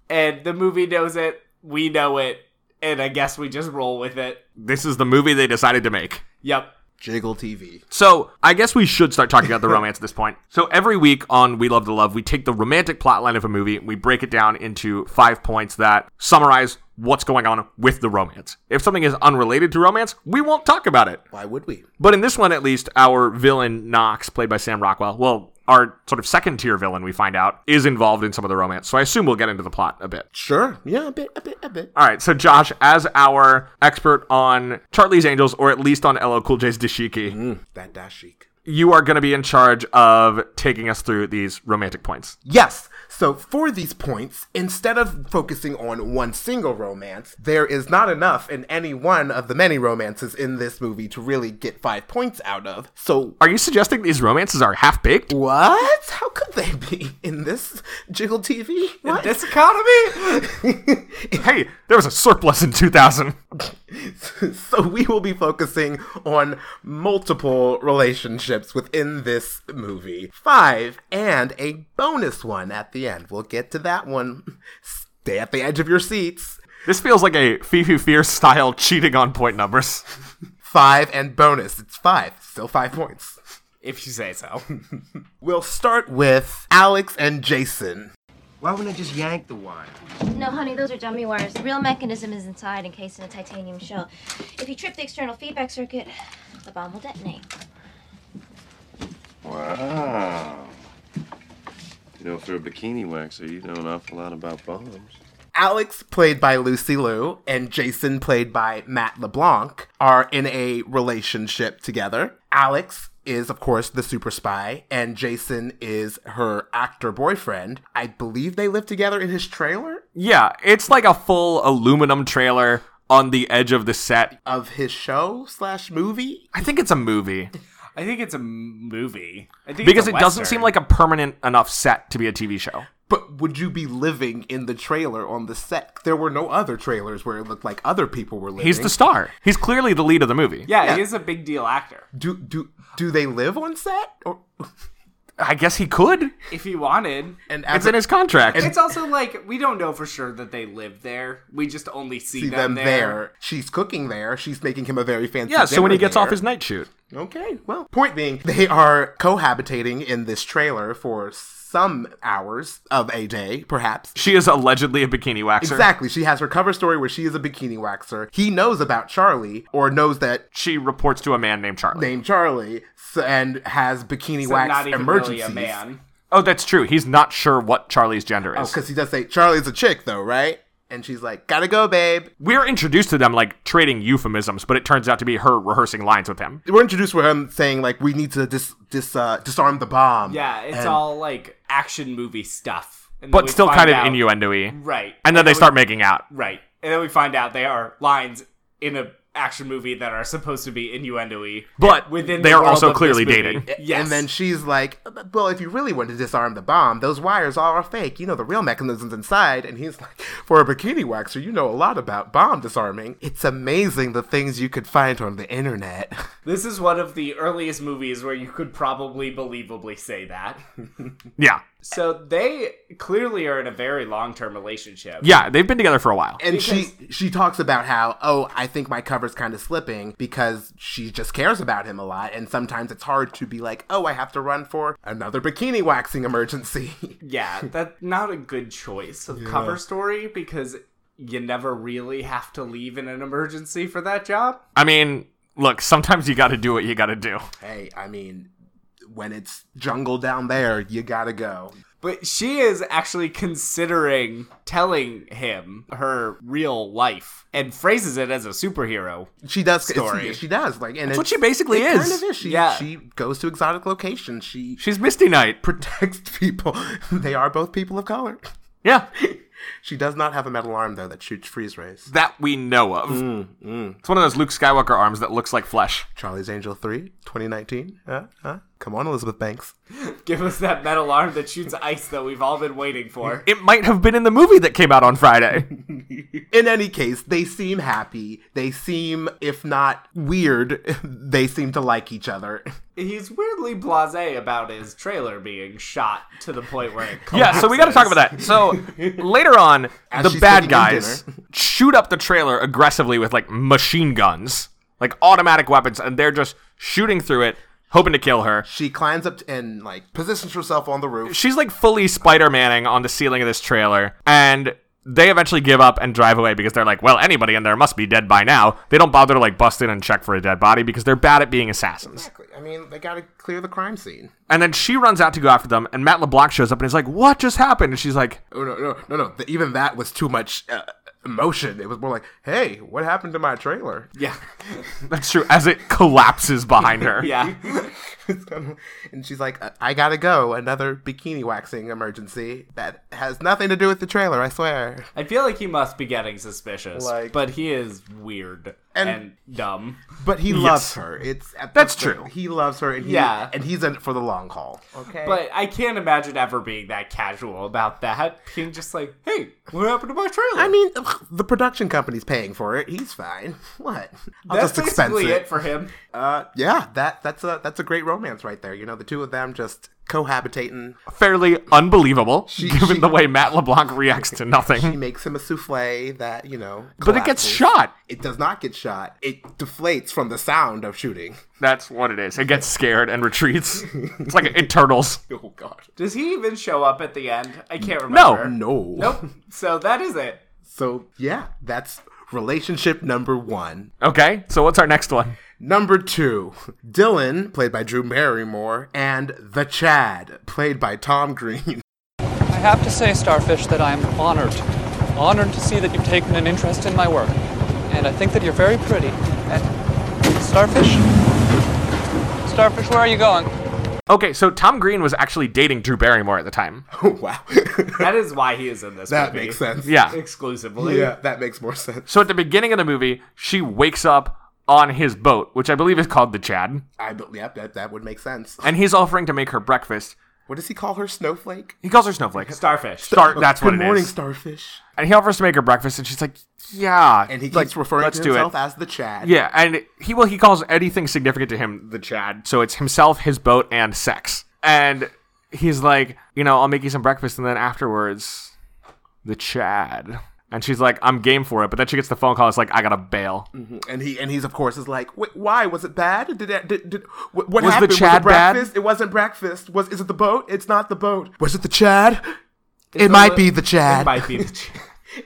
Speaker 2: And the movie knows it. We know it. And I guess we just roll with it.
Speaker 1: This is the movie they decided to make.
Speaker 2: Yep.
Speaker 3: Jiggle TV.
Speaker 1: So I guess we should start talking about the romance at this point. So every week on We Love the Love, we take the romantic plotline of a movie, we break it down into five points that summarize what's going on with the romance. If something is unrelated to romance, we won't talk about it.
Speaker 3: Why would we?
Speaker 1: But in this one, at least, our villain Knox, played by Sam Rockwell, well, our sort of second tier villain, we find out, is involved in some of the romance. So I assume we'll get into the plot a bit.
Speaker 3: Sure. Yeah, a bit, a bit, a bit.
Speaker 1: All right, so Josh, as our expert on Charlie's Angels, or at least on LL Cool J's Dashiki,
Speaker 3: That dashik.
Speaker 1: you are going to be in charge of taking us through these romantic points.
Speaker 3: Yes. So for these points, instead of focusing on one single romance, there is not enough in any one of the many romances in this movie to really get five points out of. So
Speaker 1: Are you suggesting these romances are half baked?
Speaker 3: what? How could they be in this jiggle TV? What?
Speaker 2: This economy?
Speaker 1: Hey, there was a surplus in 2000.
Speaker 3: so we will be focusing on multiple relationships within this movie. Five and a bonus one at the end. We'll get to that one. Stay at the edge of your seats.
Speaker 1: This feels like a Fifi Fierce style cheating on point numbers.
Speaker 3: Five and bonus. It's five. Still five points.
Speaker 2: if you say so.
Speaker 3: We'll start with Alex and Jason.
Speaker 4: Why wouldn't I just yank the wire?
Speaker 5: No, honey, those are dummy wires. The real mechanism is inside, encased in a titanium shell. If you trip the external feedback circuit, the bomb will detonate.
Speaker 6: Wow. You know, for a bikini waxer, you know an awful lot about bombs.
Speaker 3: Alex, played by Lucy Liu, and Jason, played by Matt LeBlanc, are in a relationship together. Alex is, of course, the super spy, and Jason is her actor boyfriend. I believe they live together in his trailer
Speaker 1: Yeah, it's like a full aluminum trailer on the edge of the set.
Speaker 3: of his show slash movie.
Speaker 1: I think it's a movie
Speaker 2: I think it's a m- movie. I think
Speaker 1: because
Speaker 2: it's
Speaker 1: it
Speaker 2: a
Speaker 1: doesn't
Speaker 2: Western.
Speaker 1: seem like a permanent enough set to be a TV show.
Speaker 3: But would you be living in the trailer on the set? There were no other trailers where it looked like other people were living.
Speaker 1: He's the star. He's clearly the lead of the movie.
Speaker 2: Yeah, he is a big deal actor.
Speaker 3: do do do they live on set? Or
Speaker 1: I guess he could.
Speaker 2: If he wanted.
Speaker 3: and
Speaker 1: It's
Speaker 3: as
Speaker 1: in his contract.
Speaker 2: It's also like we don't know for sure that they live there. We just only see,
Speaker 3: see
Speaker 2: them,
Speaker 3: them there. She's cooking there. She's making him a very fancy.
Speaker 1: yeah, so when he
Speaker 3: dinner
Speaker 1: gets off
Speaker 3: there.
Speaker 1: his night shoot.
Speaker 3: okay, well, point being, they are cohabitating in this trailer for some hours of a day, perhaps.
Speaker 1: She is allegedly a bikini waxer.
Speaker 3: Exactly. She has her cover story where she is a bikini waxer. He knows about Charlie, or knows that
Speaker 1: She reports to a man named Charlie.
Speaker 3: named Charlie, so, and has bikini
Speaker 2: So
Speaker 3: wax
Speaker 2: not even
Speaker 3: emergencies.
Speaker 2: really a man.
Speaker 1: oh, that's true. He's not sure what Charlie's gender is.
Speaker 3: Because he does say Charlie's a chick, though, right? And she's like, "Gotta go, babe."
Speaker 1: We're introduced to them like trading euphemisms, but it turns out to be her rehearsing lines with him.
Speaker 3: We're introduced with him saying, "Like, we need to dis, dis uh, disarm the bomb."
Speaker 2: Yeah, it's
Speaker 3: And-
Speaker 2: all like action movie stuff. And then
Speaker 1: But
Speaker 2: we
Speaker 1: still
Speaker 2: find
Speaker 1: kind of
Speaker 2: out-
Speaker 1: innuendo y.
Speaker 2: Right.
Speaker 1: And then they
Speaker 2: we-
Speaker 1: start making out.
Speaker 2: Right. And then we find out they are lines in a action movie that are supposed to be innuendo-y.
Speaker 1: But
Speaker 2: within
Speaker 1: they
Speaker 2: the
Speaker 1: are
Speaker 2: world
Speaker 1: also
Speaker 2: of this
Speaker 1: clearly
Speaker 2: movie.
Speaker 1: dating.
Speaker 2: Yes.
Speaker 3: And then she's like, "Well, if you really want to disarm the bomb, those wires all are fake. You know the real mechanisms inside." And he's like, "For a bikini waxer, you know a lot about bomb disarming. It's amazing the things you could find on the internet."
Speaker 2: this is one of the earliest movies where you could probably believably say that.
Speaker 1: Yeah.
Speaker 2: so they clearly are in a very long-term relationship.
Speaker 1: Yeah, they've been together for a while.
Speaker 3: And she she talks about how, "Oh, I think my cover's kind of slipping because she just cares about him a lot, and sometimes it's hard to be like, "Oh, I have to run for another bikini waxing emergency."
Speaker 2: Yeah, that's not a good choice of cover story because you never really have to leave in an emergency for that job.
Speaker 1: I mean, look, sometimes you got to do what you got to do.
Speaker 3: hey, I mean, when it's jungle down there, you got to go.
Speaker 2: But she is actually considering telling him her real life and phrases it as a superhero.
Speaker 3: She does.
Speaker 2: Story.
Speaker 3: She does. Like, and it's
Speaker 1: what she basically
Speaker 3: it
Speaker 1: is.
Speaker 3: Kind of is. She,
Speaker 2: Yeah.
Speaker 3: she goes to exotic locations. She
Speaker 1: She's Misty Knight.
Speaker 3: protects people. they are both people of color.
Speaker 1: Yeah,
Speaker 3: She does not have a metal arm though that shoots freeze rays.
Speaker 1: that we know of. Mm, It's one of those Luke Skywalker arms that looks like flesh.
Speaker 3: Charlie's Angel 3, 2019. Huh? Huh? Uh, Come on, Elizabeth Banks.
Speaker 2: Give us that metal arm that shoots ice that we've all been waiting for.
Speaker 1: It might have been in the movie that came out on Friday.
Speaker 3: In any case, they seem happy. They seem, if not weird, they seem to like each other.
Speaker 2: He's weirdly blasé about his trailer being shot to the point where it
Speaker 1: yeah, so we got to talk
Speaker 2: collapses.
Speaker 1: about that. So later on, the
Speaker 3: she's
Speaker 1: bad
Speaker 3: cooking
Speaker 1: guys shoot up the trailer aggressively with like machine guns, like automatic weapons, and they're just shooting through it, hoping to kill her.
Speaker 3: She climbs up and like positions herself on the roof.
Speaker 1: she's like fully Spider Manning on the ceiling of this trailer, and they eventually give up and drive away because they're like, well, anybody in there must be dead by now. They don't bother to like bust in and check for a dead body because they're bad at being assassins.
Speaker 3: Exactly. I mean, they gotta clear the crime scene.
Speaker 1: And then she runs out to go after them, and Matt LeBlanc shows up and is like, what just happened? And she's like,
Speaker 3: Oh no, no, no, no! The, even that was too much uh, emotion. It was more like, "Hey, what happened to my trailer?"
Speaker 2: Yeah.
Speaker 1: that's true, as it collapses behind her.
Speaker 2: Yeah.
Speaker 3: It's kind of- and she's like, "I- "I gotta go. Another bikini waxing emergency that has nothing to do with the trailer. I swear."
Speaker 2: I feel like he must be getting suspicious,
Speaker 3: Like-
Speaker 2: but he is weird and,
Speaker 3: And-
Speaker 2: dumb.
Speaker 3: But he loves her. It's at
Speaker 1: That's
Speaker 3: the-
Speaker 1: true.
Speaker 3: He loves her, and he,
Speaker 2: Yeah.
Speaker 3: and he's in it for the long haul. Okay,
Speaker 2: But I can't imagine ever being that casual about that. Being just like, "Hey, what happened to my trailer?"
Speaker 3: I mean, ugh, the production company's paying for it. He's fine. What? I'll
Speaker 2: that's
Speaker 3: just expense
Speaker 2: basically
Speaker 3: it.
Speaker 2: it for him.
Speaker 3: Uh, yeah, that that's a that's a great romance right there. You know, the two of them just cohabitating.
Speaker 1: Fairly unbelievable, given
Speaker 3: she-
Speaker 1: the way Matt LeBlanc reacts to
Speaker 3: He
Speaker 1: nothing.
Speaker 3: makes him a souffle that you know,
Speaker 1: But it gets
Speaker 3: collapses.
Speaker 1: shot.
Speaker 3: It does not get shot. It deflates from the sound of shooting.
Speaker 1: That's what it is. It gets scared and retreats. It's like it turtles.
Speaker 3: Oh God.
Speaker 2: Does he even show up at the end? I can't
Speaker 1: No.
Speaker 2: remember.
Speaker 3: No.
Speaker 2: Nope. So that is it.
Speaker 3: So yeah, that's relationship number one.
Speaker 1: Okay, so what's our next one?
Speaker 3: Number two, Dylan, played by Drew Barrymore, and the Chad, played by Tom Green.
Speaker 7: I have to say, Starfish, that I'm honored. Honored to see that you've taken an interest in my work. And I think that you're very pretty. And Starfish? Starfish, where are you going?
Speaker 1: Okay, so Tom Green was actually dating Drew Barrymore at the time.
Speaker 3: Oh, wow,
Speaker 2: That is why he is in this.
Speaker 3: that
Speaker 2: movie.
Speaker 3: makes sense.
Speaker 1: Yeah.
Speaker 2: Exclusively.
Speaker 3: yeah, that makes more sense.
Speaker 1: So at the beginning of the movie, she wakes up on his boat, which I believe is called the Chad,
Speaker 3: I be- yep, that, that would make sense.
Speaker 1: and he's offering to make her breakfast.
Speaker 3: What does he call her, Snowflake?
Speaker 1: He calls her Snowflake. Star.
Speaker 2: Starfish.
Speaker 1: that's what
Speaker 3: Good
Speaker 1: it is.
Speaker 3: morning, Starfish.
Speaker 1: And he offers to make her breakfast, and she's like, "Yeah."
Speaker 3: And he keeps
Speaker 1: like,
Speaker 3: referring
Speaker 1: "Let's
Speaker 3: to
Speaker 1: do
Speaker 3: himself
Speaker 1: it."
Speaker 3: as the Chad.
Speaker 1: Yeah, and he well he calls anything significant to him the Chad. So it's himself, his boat, and sex. And he's like, you know, I'll make you some breakfast, and then afterwards, the Chad. And she's like, I'm game for it. But then she gets the phone call. It's like, I gotta bail.
Speaker 3: and he and he's of course is like, Wait, why was it bad? Did, that, did, did what, what
Speaker 1: Was the
Speaker 3: happened?
Speaker 1: Chad
Speaker 3: it
Speaker 1: bad?
Speaker 3: breakfast? It wasn't breakfast. Was is it the boat? It's not the boat. Was it the Chad? it
Speaker 2: a
Speaker 3: might
Speaker 2: li-
Speaker 3: be the Chad.
Speaker 2: It might be the Chad.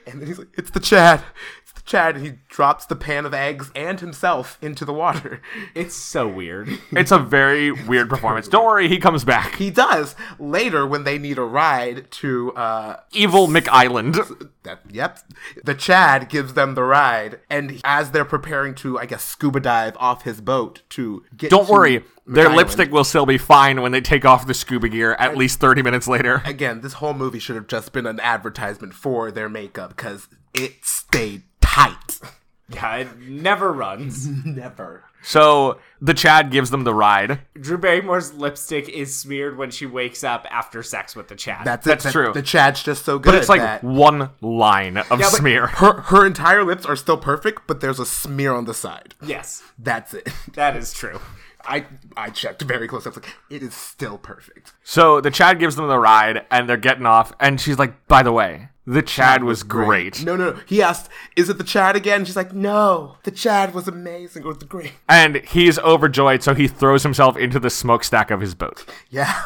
Speaker 3: And then he's like, it's the Chad. It's the Chad, and he drops the pan of eggs and himself into the water.
Speaker 2: It's so weird.
Speaker 1: It's a very weird performance. Don't worry, he comes back.
Speaker 3: He does later when they need a ride to. uh
Speaker 1: Evil McIsland.
Speaker 3: that, Yep, the Chad gives them the ride, and as they're preparing to, I guess, scuba dive off his boat to get.
Speaker 1: Don't
Speaker 3: to
Speaker 1: worry, their
Speaker 3: McIsland.
Speaker 1: lipstick will still be fine when they take off the scuba gear at least 30 minutes later.
Speaker 3: Again, this whole movie should have just been an advertisement for their makeup because it stayed tight.
Speaker 2: Yeah, it never runs.
Speaker 3: Never.
Speaker 1: So the Chad gives them the ride.
Speaker 2: Drew Barrymore's lipstick is smeared when she wakes up after sex with the Chad.
Speaker 3: That's it.
Speaker 1: That's
Speaker 3: The-
Speaker 1: true.
Speaker 3: The Chad's just so good.
Speaker 1: But it's like
Speaker 3: that-
Speaker 1: one line of
Speaker 3: but
Speaker 1: smear.
Speaker 3: Her her entire lips are still perfect, but there's a smear on the side.
Speaker 2: yes,
Speaker 3: That's it.
Speaker 2: that is true.
Speaker 3: I I checked very close. I was like, it is still perfect.
Speaker 1: So the Chad gives them the ride and they're getting off. And she's like, by the way, the Chad was great.
Speaker 3: No, no, no. He asked, "Is it the Chad again?" She's like, "No, the Chad was amazing. It was great."
Speaker 1: And he's overjoyed, so he throws himself into the smokestack of his boat.
Speaker 3: Yeah,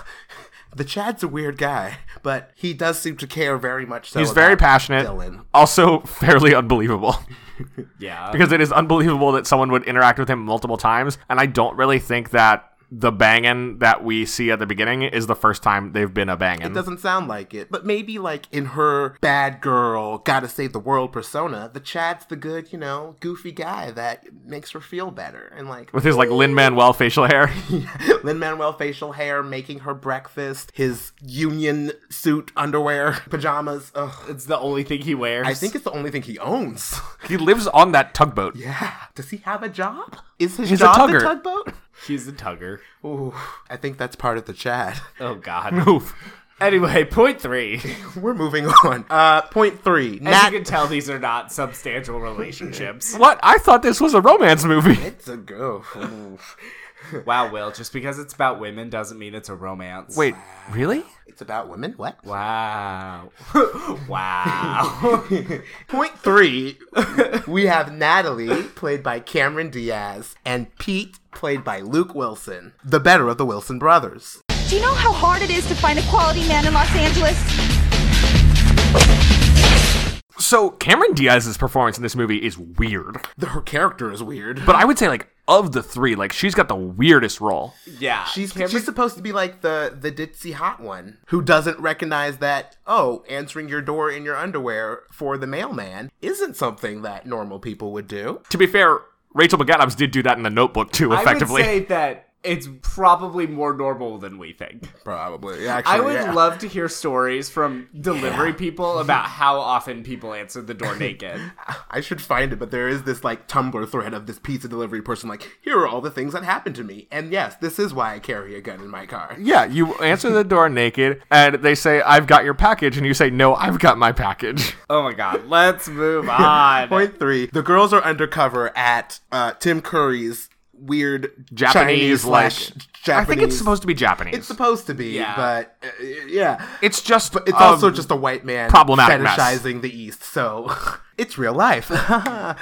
Speaker 3: the Chad's a weird guy, but he does seem to care very much. So
Speaker 1: He's very
Speaker 3: about
Speaker 1: passionate,
Speaker 3: Dylan.
Speaker 1: also fairly unbelievable.
Speaker 2: Yeah.
Speaker 1: because it is unbelievable that someone would interact with him multiple times. And I don't really think that the banging that we see at the beginning is the first time they've been a banging.
Speaker 3: It doesn't sound like it, but maybe like in her bad girl, gotta save the world persona, the Chad's the good, you know, goofy guy that makes her feel better. And like
Speaker 1: With his like Lin Manuel facial hair.
Speaker 3: Lin Manuel facial hair, making her breakfast, his union suit, underwear, pajamas. Ugh.
Speaker 2: It's the only thing he wears.
Speaker 3: I think it's the only thing he owns.
Speaker 1: he lives on that tugboat.
Speaker 3: Yeah. Does he have a job? Is his
Speaker 1: He's a
Speaker 3: job the
Speaker 1: tugger.
Speaker 3: tugboat?
Speaker 2: he's a tugger.
Speaker 3: Ooh, I think that's part of the Chad.
Speaker 2: Oh God.
Speaker 1: Oof.
Speaker 2: anyway, point three.
Speaker 3: We're moving on. Uh, point three.
Speaker 2: As
Speaker 3: Nat-
Speaker 2: you can tell, these are not substantial relationships.
Speaker 1: What? I thought this was a romance movie.
Speaker 3: it's a go. Ooh.
Speaker 2: wow, Will. Just because it's about women doesn't mean it's a romance.
Speaker 1: Wait, really?
Speaker 3: it's about women. What?
Speaker 2: Wow. wow.
Speaker 3: Point three, we have Natalie, played by Cameron Diaz, and Pete, played by Luke Wilson, the better of the Wilson brothers.
Speaker 8: Do you know how hard it is to find a quality man in Los Angeles?
Speaker 1: So Cameron Diaz's performance in this movie is weird.
Speaker 3: The- Her character is weird.
Speaker 1: But I would say like of the three, like she's got the weirdest role.
Speaker 2: Yeah.
Speaker 3: She's,
Speaker 2: Cameron-
Speaker 3: she's supposed to be like the, the ditzy hot one who doesn't recognize that, oh, answering your door in your underwear for the mailman isn't something that normal people would do.
Speaker 1: To be fair, Rachel McAdams did do that in the notebook too, effectively.
Speaker 2: I would say that it's probably more normal than we think.
Speaker 3: Probably. Actually,
Speaker 2: I would
Speaker 3: yeah.
Speaker 2: love to hear stories from delivery people about how often people answer the door naked.
Speaker 3: I should find it, but there is this like Tumblr thread of this pizza delivery person like, here are all the things that happened to me. And yes, this is why I carry a gun in my car.
Speaker 1: yeah, you answer the door naked and they say, I've got your package, and you say, No, I've got my package.
Speaker 2: oh my god, let's move on.
Speaker 3: Point three: The girls are undercover at uh, Tim Curry's weird
Speaker 1: Japanese,
Speaker 3: Chinese slash
Speaker 1: like-
Speaker 3: Japanese.
Speaker 1: I think it's supposed to be Japanese.
Speaker 3: It's supposed to be,
Speaker 2: Yeah.
Speaker 3: but uh, yeah,
Speaker 1: It's just
Speaker 3: But it's
Speaker 1: um,
Speaker 3: also just a white man
Speaker 1: problematic mess.
Speaker 3: fetishizing the East, so it's real life.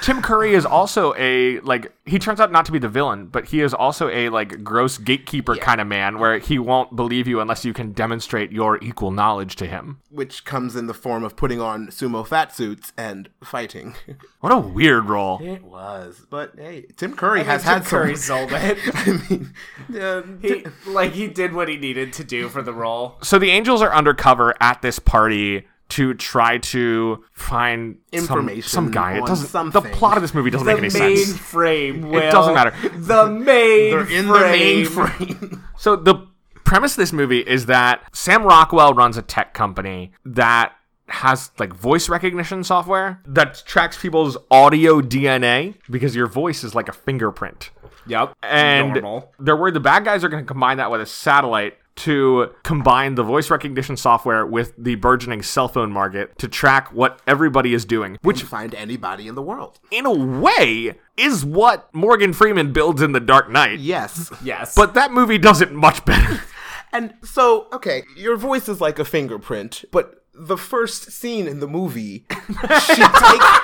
Speaker 1: Tim Curry is also a like he turns out not to be the villain, but he is also a like gross gatekeeper kind of man where he won't believe you unless you can demonstrate your equal knowledge to him.
Speaker 3: Which comes in the form of putting on sumo fat suits and fighting.
Speaker 1: What a weird role.
Speaker 3: It was, but hey, Tim Curry has
Speaker 2: Tim
Speaker 3: had some-
Speaker 2: Curry sold it.
Speaker 3: I mean, uh,
Speaker 2: He, like he did what he needed to do for the role.
Speaker 1: So the angels are undercover at this party to try to find some-
Speaker 3: Information
Speaker 1: Some, guy. It
Speaker 3: on
Speaker 1: doesn't. The
Speaker 3: something.
Speaker 1: plot of this movie doesn't
Speaker 2: The
Speaker 1: make any sense.
Speaker 2: mainframe. Will.
Speaker 1: doesn't matter.
Speaker 2: The main.
Speaker 3: they're in the mainframe.
Speaker 1: So the premise of this movie is that Sam Rockwell runs a tech company that has like voice recognition software that tracks people's audio DNA because your voice is like a fingerprint.
Speaker 2: Yep.
Speaker 1: And
Speaker 2: normal.
Speaker 1: they're worried the bad guys are going to combine that with a satellite to combine the voice recognition software with the burgeoning cell phone market to track what everybody is doing, which
Speaker 3: to find anybody in the world.
Speaker 1: in a way is what Morgan Freeman builds in The Dark Knight.
Speaker 3: Yes.
Speaker 2: Yes.
Speaker 1: But that movie does it much better.
Speaker 3: And so, okay, your voice is like a fingerprint, but the first scene in the movie, she takes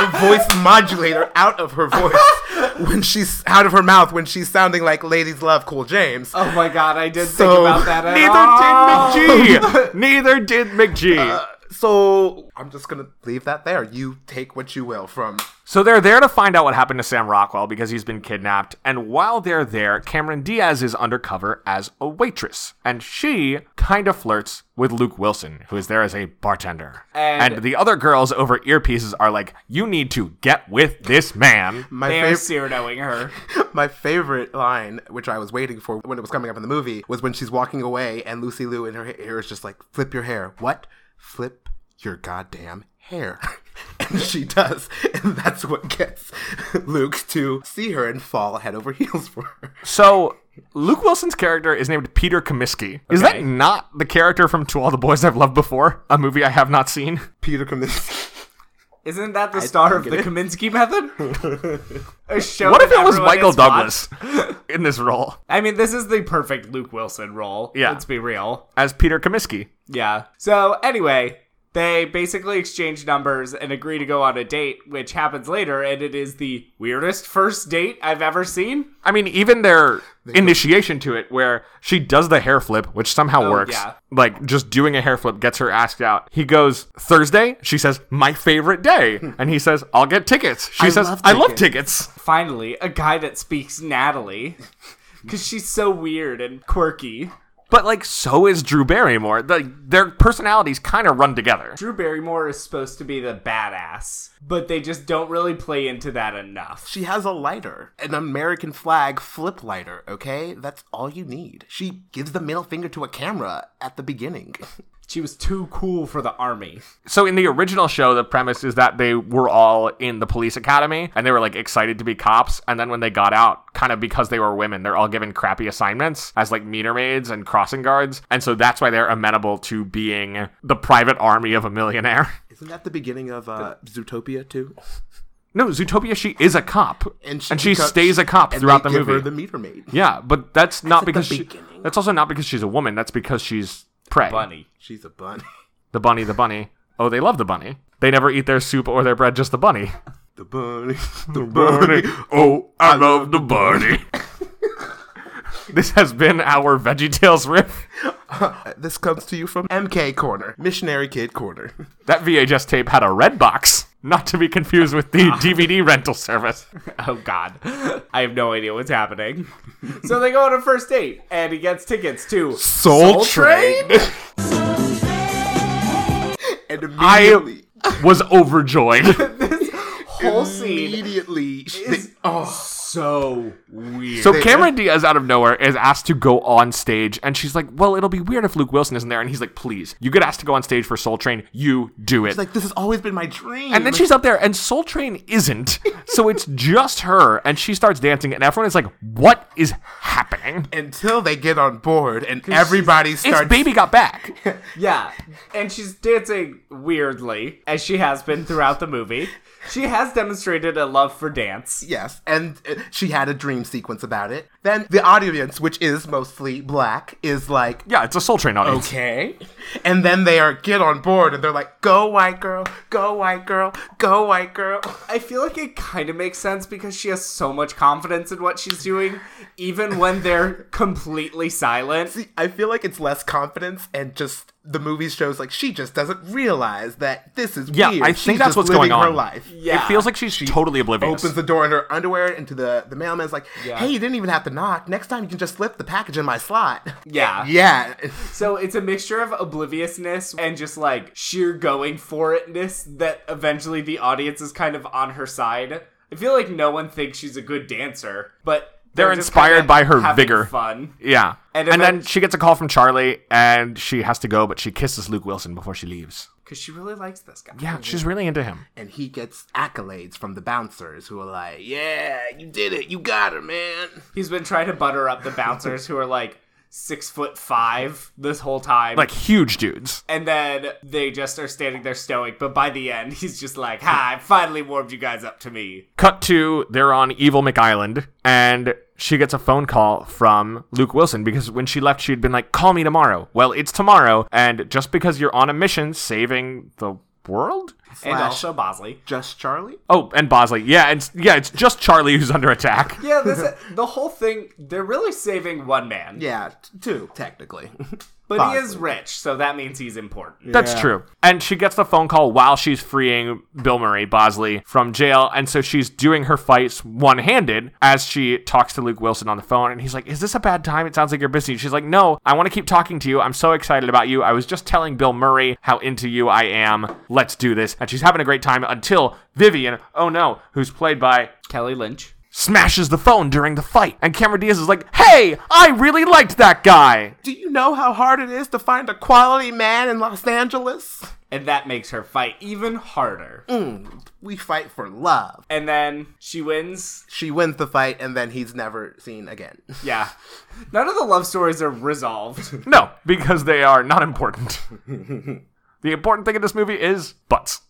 Speaker 3: a voice modulator out of her voice when she's out of her mouth when she's sounding like "Ladies Love Cool James."
Speaker 2: oh my god, I did
Speaker 3: So-
Speaker 2: think about that.
Speaker 1: Neither
Speaker 2: At all.
Speaker 1: did Uh, McGee. Neither did McGee.
Speaker 3: So I'm just gonna leave that there. You take what you will from.
Speaker 1: So they're there to find out what happened to Sam Rockwell because he's been kidnapped. And while they're there, Cameron Diaz is undercover as a waitress. And she kind of flirts with Luke Wilson, who is there as a bartender.
Speaker 2: And-
Speaker 1: and the other girls over earpieces are like, You need to get with this man.
Speaker 3: My
Speaker 2: They're
Speaker 3: favorite.
Speaker 2: Cyranoing her.
Speaker 3: My favorite line, which I was waiting for when it was coming up in the movie, was when she's walking away and Lucy Liu in her hair is just like, flip your hair. What? Flip your goddamn hair. and she does. And that's what gets Luke to see her and fall head over heels for her.
Speaker 1: So Luke Wilson's character is named Peter Comiskey. Is
Speaker 2: Okay.
Speaker 1: that not the character from To All the Boys I've Loved Before, a movie I have not seen?
Speaker 3: Peter Kaminsky.
Speaker 2: Isn't that the star of the Kaminsky method? A show
Speaker 1: What if
Speaker 2: that
Speaker 1: it was
Speaker 2: everyone
Speaker 1: Michael
Speaker 2: has watched?
Speaker 1: Douglas in this role
Speaker 2: I mean, this is the perfect Luke Wilson role.
Speaker 1: Yeah.
Speaker 2: Let's be real.
Speaker 1: as Peter Comiskey?
Speaker 2: Yeah. So, anyway, they basically exchange numbers and agree to go on a date, which happens later, and it is the weirdest first date I've ever seen.
Speaker 1: I mean, even their initiation to it, where she does the hair flip, which somehow works.
Speaker 2: Oh, yeah.
Speaker 1: Like, just doing a hair flip gets her asked out. He goes, Thursday? She says, My favorite day. and he says, I'll get tickets. She says,
Speaker 3: love
Speaker 1: I love
Speaker 3: tickets."
Speaker 1: tickets.
Speaker 2: Finally, a guy that speaks Natalie. because she's so weird and quirky.
Speaker 1: But like, so is Drew Barrymore. Like, their personalities kind of run together.
Speaker 2: Drew Barrymore is supposed to be the badass, but they just don't really play into that enough.
Speaker 3: She has a lighter, an American flag flip lighter, okay? That's all you need. She gives the middle finger to a camera at the beginning.
Speaker 2: She was too cool for the army.
Speaker 1: So in the original show, the premise is that they were all in the police academy and they were like excited to be cops. And then when they got out, kind of because they were women, they're all given crappy assignments as like meter maids and crossing guards. And so that's why they're amenable to being the private army of a millionaire.
Speaker 3: Isn't that the beginning of uh, Zootopia, too?
Speaker 1: No, Zootopia, she is a cop. And she,
Speaker 3: becomes-
Speaker 1: stays a cop
Speaker 3: and
Speaker 1: throughout
Speaker 3: they
Speaker 1: the
Speaker 3: give
Speaker 1: movie.
Speaker 3: her the meter maid.
Speaker 1: yeah, but that's,
Speaker 3: at
Speaker 1: not
Speaker 3: the
Speaker 1: because she.
Speaker 3: beginning.
Speaker 1: That's also not because she's a woman. That's because she's prey.
Speaker 2: Bunny.
Speaker 3: She's a bunny.
Speaker 1: The bunny, the bunny. Oh, they love the bunny. They never eat their soup or their bread, just the bunny.
Speaker 3: The bunny. The bunny.
Speaker 1: Oh, I love the bunny. this has been our Veggie Tales riff.
Speaker 3: this comes to you from MK Corner, Missionary Kid Corner.
Speaker 1: That VHS tape had a red box, not to be confused with the DVD rental service.
Speaker 2: Oh God, I have no idea what's happening. so they go on a first date, and he gets tickets to
Speaker 3: Soul Train? and immediately.
Speaker 1: Was overjoyed.
Speaker 2: whole scene.
Speaker 3: immediately.
Speaker 2: Is
Speaker 3: oh.
Speaker 2: so weird.
Speaker 1: So Cameron Diaz, out of nowhere, is asked to go on stage, and she's like, "Well, it'll be weird if Luke Wilson isn't there." And he's like, "Please, you get asked to go on stage for Soul Train, you do it."
Speaker 3: Like, this has always been my dream.
Speaker 1: And then she's up there, and Soul Train isn't. So it's just her, and she starts dancing, and everyone is like, What is happening?
Speaker 3: Until they get on board and everybody
Speaker 1: It's
Speaker 3: starts.
Speaker 1: Baby Got Back.
Speaker 2: yeah, and she's dancing weirdly as she has been throughout the movie. She has demonstrated a love for dance.
Speaker 3: Yes, and uh, she had a dream sequence about it. Then the audience, which is mostly black, is like,
Speaker 1: Yeah, it's a Soul Train E audience.
Speaker 3: okay. And then they are get on board and they're like, go white girl, go white girl, go white girl.
Speaker 2: I feel like it kind of makes sense because she has so much confidence in what she's doing, even when they're completely silent.
Speaker 3: See, I feel like it's less confidence and just the movie shows like she just doesn't realize that this is
Speaker 1: Yeah,
Speaker 3: weird.
Speaker 1: I
Speaker 3: She's
Speaker 1: think that's
Speaker 3: just
Speaker 1: what's
Speaker 3: living
Speaker 1: going on.
Speaker 3: Her life.
Speaker 2: Yeah.
Speaker 1: It feels like she's totally oblivious.
Speaker 3: Opens the door in her underwear into the the mailman's like, hey, you didn't even have to knock. Next time you can just slip the package in my slot.
Speaker 2: Yeah.
Speaker 3: Yeah,
Speaker 2: So it's a mixture of obliviousness and just like sheer going for itness that eventually the audience is kind of on her side. I feel like no one thinks she's a good dancer, but
Speaker 1: They're
Speaker 2: just
Speaker 1: inspired
Speaker 2: kinda
Speaker 1: by her
Speaker 2: having
Speaker 1: vigor.
Speaker 2: Fun.
Speaker 1: yeah.
Speaker 2: And
Speaker 1: And, then
Speaker 2: event-
Speaker 1: she gets a call from Charlie, and she has to go, but she kisses Luke Wilson before she leaves.
Speaker 2: Because she really likes this guy.
Speaker 1: Yeah, she's really into him.
Speaker 3: and he gets accolades from the bouncers who are like, "Yeah, you did it, you got her, man."
Speaker 2: He's been trying to butter up the bouncers who are like six foot five this whole time.
Speaker 1: Like, huge dudes.
Speaker 2: and then they just are standing there stoic, but by the end, he's just like, Hi, I finally warmed you guys up to me.
Speaker 1: Cut to they're on Evil McIsland, and she gets a phone call from Luke Wilson because when she left, she had been like, "Call me tomorrow." Well, it's tomorrow, and just because you're on a mission saving the world.
Speaker 2: And
Speaker 3: Slash.
Speaker 2: also Bosley.
Speaker 3: Just Charlie.
Speaker 1: Oh, and Bosley, yeah, and yeah, it's just Charlie who's under attack.
Speaker 2: Yeah, this, the whole thing, they're really saving one man.
Speaker 3: Yeah, t- two technically.
Speaker 2: But he is rich, so that means he's important.
Speaker 1: That's true. And she gets the phone call while she's freeing Bill Murray Bosley from jail, and so she's doing her fights one-handed as she talks to Luke Wilson on the phone, and he's like, "Is this a bad time? It sounds like you're busy." She's like, "No, I want to keep talking to you. I'm so excited about you. I was just telling Bill Murray how into you I am. Let's do this." And she's having a great time until Vivian, oh no, who's played by
Speaker 2: Kelly Lynch.
Speaker 1: smashes the phone during the fight, and Cameron Diaz is like, "Hey, I really liked that guy."
Speaker 3: Do you know how hard it is to find a quality man in Los Angeles?
Speaker 2: And that makes her fight even harder.
Speaker 3: We fight for love.
Speaker 2: And then she wins.
Speaker 3: She wins the fight, and then he's never seen again.
Speaker 2: Yeah. None of the love stories are resolved.
Speaker 1: No, because they are not important. the important thing in this movie is butts.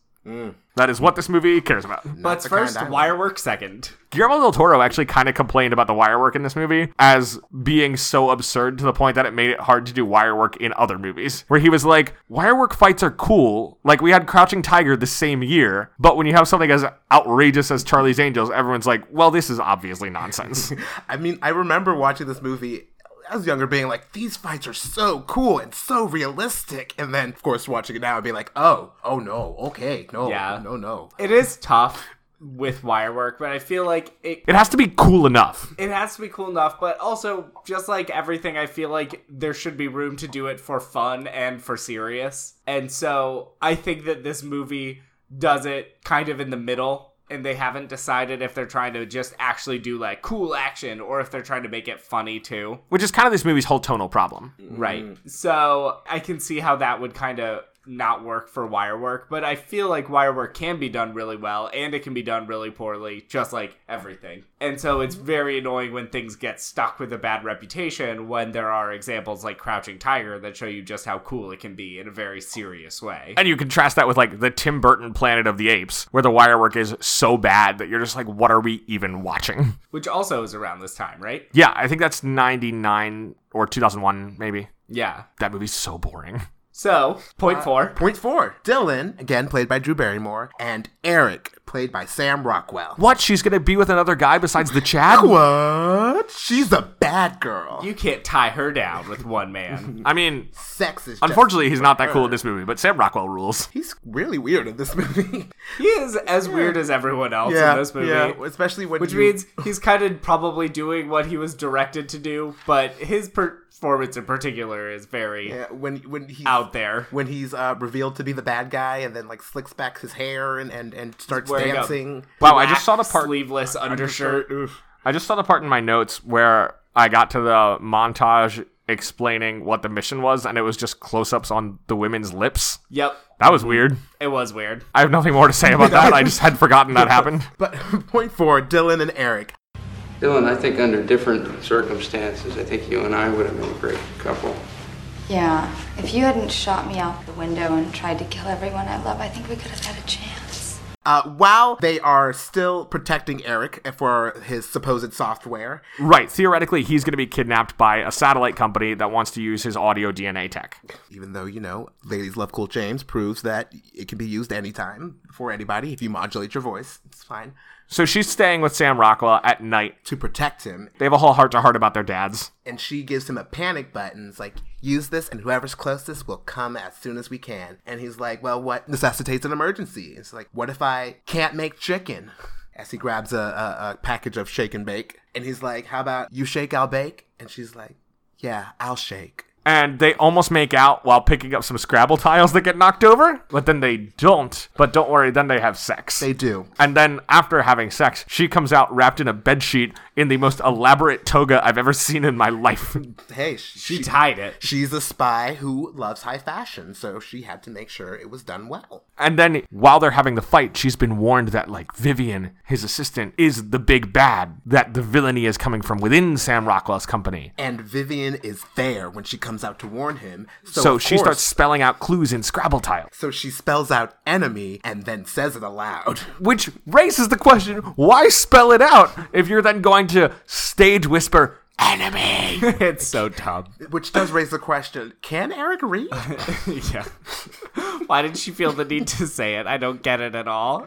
Speaker 1: That is what this movie cares about.
Speaker 2: But
Speaker 3: the kind
Speaker 2: first,
Speaker 3: I like.
Speaker 2: wirework second.
Speaker 1: Guillermo del Toro actually kind of complained about the wire work in this movie as being so absurd to the point that it made it hard to do wire work in other movies. Where he was like, wire work fights are cool. Like, we had Crouching Tiger the same year, but when you have something as outrageous as Charlie's Angels, everyone's like, well, this is obviously nonsense.
Speaker 3: I mean, I remember watching this movie. I was younger, being like, "These fights are so cool and so realistic," and then, of course, watching it now, I'd be like, "Oh, oh no, okay, no,
Speaker 2: Yeah.
Speaker 3: no, no."
Speaker 2: It is tough. with wire work, but I feel like it
Speaker 1: It has to be cool enough.
Speaker 2: it has to be cool enough, but also just like everything, I feel like there should be room to do it for fun and for serious. And so I think that this movie does it kind of in the middle, and they haven't decided if they're trying to just actually do like cool action or if they're trying to make it funny too.
Speaker 1: Which is kind of this movie's whole tonal problem.
Speaker 2: Right. So I can see how that would kind of not work for wire work, but I feel like wire work can be done really well and it can be done really poorly, just like everything. And so it's very annoying when things get stuck with a bad reputation when there are examples like Crouching Tiger that show you just how cool it can be in a very serious way.
Speaker 1: And you contrast that with like the Tim Burton Planet of the Apes, where the wire work is so bad that you're just like, what are we even watching?
Speaker 2: Which also is around this time, right?
Speaker 1: Yeah, I think that's 99 or 2001, maybe.
Speaker 2: Yeah.
Speaker 1: That movie's so boring.
Speaker 2: So, point four.
Speaker 3: Point four Dylan, again played by Drew Barrymore, and Eric, played by Sam Rockwell.
Speaker 1: What? She's gonna be with another guy besides the Chad?
Speaker 3: What? She's a bad girl.
Speaker 2: You can't tie her down with one man.
Speaker 1: I mean,
Speaker 3: Sex is. just-
Speaker 1: unfortunately, he's not that cool in this movie, but Sam Rockwell rules.
Speaker 3: He's really weird in this movie.
Speaker 2: He is as weird as everyone else in this movie.
Speaker 3: especially when
Speaker 2: Which
Speaker 3: you-
Speaker 2: means he's kind of probably doing what he was directed to do, but his performance in particular is very
Speaker 3: Yeah, when when he's
Speaker 2: out there.
Speaker 3: when he's uh, revealed to be the bad guy and then like slicks back his hair and and, and starts
Speaker 2: Wearing a-
Speaker 3: dancing.
Speaker 1: Wow, I just saw the
Speaker 2: Black
Speaker 1: part.
Speaker 2: sleeveless undershirt.
Speaker 1: I just saw the part in my notes where I got to the montage explaining what the mission was, and it was just close-ups on the women's lips.
Speaker 2: Yep,
Speaker 1: That was weird.
Speaker 2: it was weird.
Speaker 1: I have nothing more to say about that. I just had forgotten that happened.
Speaker 3: But point four, Dylan and Eric.
Speaker 9: Dylan, I think under different circumstances, I think you and I would have been a great couple.
Speaker 10: Yeah, if you hadn't shot me out the window and tried to kill everyone I love, I think we could have had a chance.
Speaker 3: Uh, while they are still protecting Eric for his supposed software,
Speaker 1: Right. Theoretically, he's going to be kidnapped by a satellite company that wants to use his audio DNA tech.
Speaker 3: even though you know ladies love cool james proves that it can be used anytime for anybody if you modulate your voice it's fine
Speaker 1: So she's staying with Sam Rockwell at night.
Speaker 3: to protect him
Speaker 1: They have a whole heart to heart about their dads.
Speaker 3: and she gives him a panic button it's like use this and whoever's closest will come as soon as we can and he's like well what necessitates an emergency it's like what if i can't make chicken as he grabs a, a, a package of shake and bake and he's like how about you shake i'll bake and she's like yeah i'll shake
Speaker 1: And they almost make out while picking up some Scrabble tiles that get knocked over, but then they don't. But don't worry, then they have sex.
Speaker 3: they do
Speaker 1: and then after having sex, she comes out wrapped in a bedsheet in the most elaborate toga I've ever seen in my life.
Speaker 3: hey she,
Speaker 2: She tied it.
Speaker 3: She's a spy who loves high fashion, so she had to make sure it was done well.
Speaker 1: And then while they're having the fight, she's been warned that, like, Vivian, his assistant, is the big bad, that the villainy is coming from within Sam Rockwell's company.
Speaker 3: And Vivian is there when she comes out to warn him. So,
Speaker 1: So,
Speaker 3: Oh, of
Speaker 1: she starts
Speaker 3: course-
Speaker 1: spelling out clues in Scrabble tiles,
Speaker 3: So she spells out enemy and then says it aloud.
Speaker 1: which raises the question why spell it out if you're then going to stage whisper, enemy?
Speaker 2: It's so dumb.
Speaker 3: Which does raise the question can Eric read?
Speaker 2: yeah. Why did she feel the need to say it? I don't get it at all.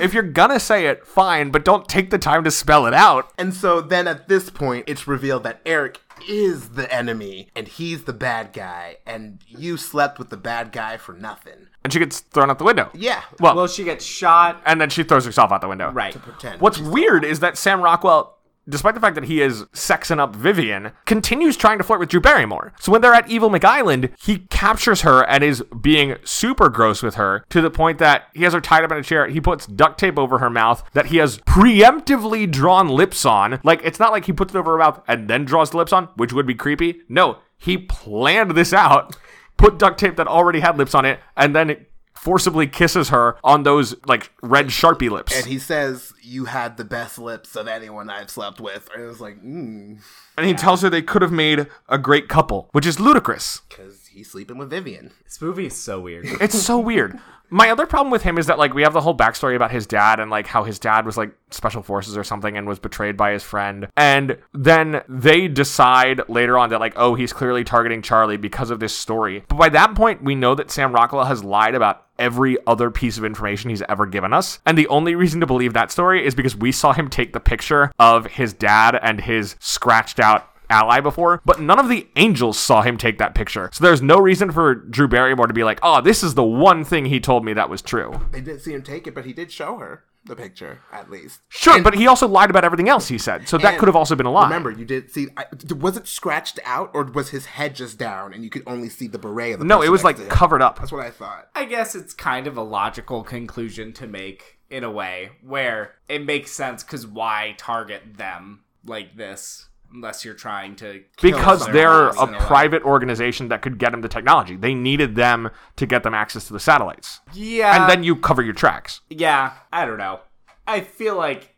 Speaker 1: if you're gonna say it, fine, but don't take the time to spell it out.
Speaker 3: and so then at this point, it's revealed that Eric is the enemy and he's the bad guy, and you slept with the bad guy for nothing.
Speaker 1: And she gets thrown out the window.
Speaker 3: Yeah.
Speaker 1: Well,
Speaker 2: Well, she gets shot.
Speaker 1: and then she throws herself out the window.
Speaker 2: Right.
Speaker 3: pretend.
Speaker 1: What's weird is that Sam Rockwell, despite the fact that he is sexing up Vivian, continues trying to flirt with Drew Barrymore. So when they're at Evil McIsland, he captures her and is being super gross with her to the point that he has her tied up in a chair. He puts duct tape over her mouth that he has preemptively drawn lips on. Like, it's not like he puts it over her mouth and then draws the lips on, which would be creepy. No, he planned this out, put duct tape that already had lips on it, and then forcibly kisses her on those, like, red Sharpie lips.
Speaker 3: And he says, You had the best lips of anyone I've slept with. And it was like, mm.
Speaker 1: And he tells her they could have made a great couple, which is ludicrous.
Speaker 3: because he's sleeping with Vivian.
Speaker 2: This movie is so weird.
Speaker 1: It's so weird. My other problem with him is that like we have the whole backstory about his dad and like how his dad was like special forces or something and was betrayed by his friend. And then they decide later on that like oh he's clearly targeting Charlie because of this story. But by that point we know that Sam Rockwell has lied about every other piece of information he's ever given us. And the only reason to believe that story is because we saw him take the picture of his dad and his scratched out ally before, but none of the angels saw him take that picture. So there's no reason for Drew "Ah, Barrymore to be like, oh, this is the one thing he told me that was true.
Speaker 3: They didn't see him take it, but he did show her. the picture, at least.
Speaker 1: Sure, but he also lied about everything else he said, so that
Speaker 3: And
Speaker 1: could have also been a lie.
Speaker 3: Remember, you did see. I, was it scratched out, or was his head just down, and you could only see the beret? Of the
Speaker 1: no, it
Speaker 3: person
Speaker 1: was
Speaker 3: next to
Speaker 1: like
Speaker 3: him?
Speaker 1: covered up.
Speaker 3: That's what I thought.
Speaker 2: I guess it's kind of a logical conclusion to make in a way where it makes sense because why target them like this unless you're trying to kill
Speaker 1: because
Speaker 2: someone
Speaker 1: they're
Speaker 2: else
Speaker 1: a
Speaker 2: in way.
Speaker 1: private organization that could get them the technology. They needed them to get them access to the satellites.
Speaker 2: Yeah.
Speaker 1: And then you cover your tracks.
Speaker 2: Yeah, I don't know. I feel like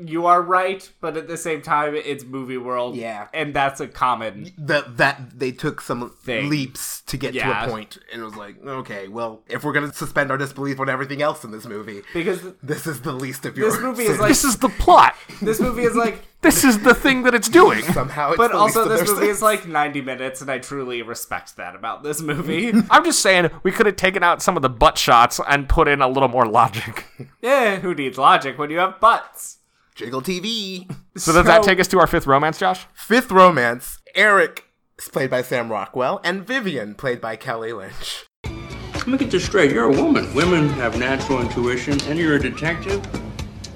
Speaker 2: you are right, but at the same time, it's movie world.
Speaker 3: Yeah.
Speaker 2: and that's a common.
Speaker 3: The, that they took some
Speaker 2: Thing.
Speaker 3: leaps to get
Speaker 2: Yeah.
Speaker 3: to a point, and it was like, okay, well, if we're gonna suspend our disbelief on everything else in this movie,
Speaker 2: Because
Speaker 3: this is the least of your.
Speaker 2: This movie is like
Speaker 1: This is the plot.
Speaker 2: this movie is like,
Speaker 1: This is the thing that it's doing.
Speaker 3: somehow, it's
Speaker 2: but
Speaker 3: the
Speaker 2: also
Speaker 3: least of
Speaker 2: this
Speaker 3: their
Speaker 2: movie is
Speaker 3: sins.
Speaker 2: like ninety minutes, and I truly respect that about this movie.
Speaker 1: I'm just saying we could have taken out some of the butt shots and put in a little more logic.
Speaker 2: yeah, who needs logic when you have butts?
Speaker 3: Jiggle TV.
Speaker 1: So does that take us to our fifth romance, Josh?
Speaker 3: Fifth romance. Eric is played by Sam Rockwell, and Vivian played by Kelly Lynch.
Speaker 9: Let me get this straight. You're a woman. Women have natural intuition, and you're a detective.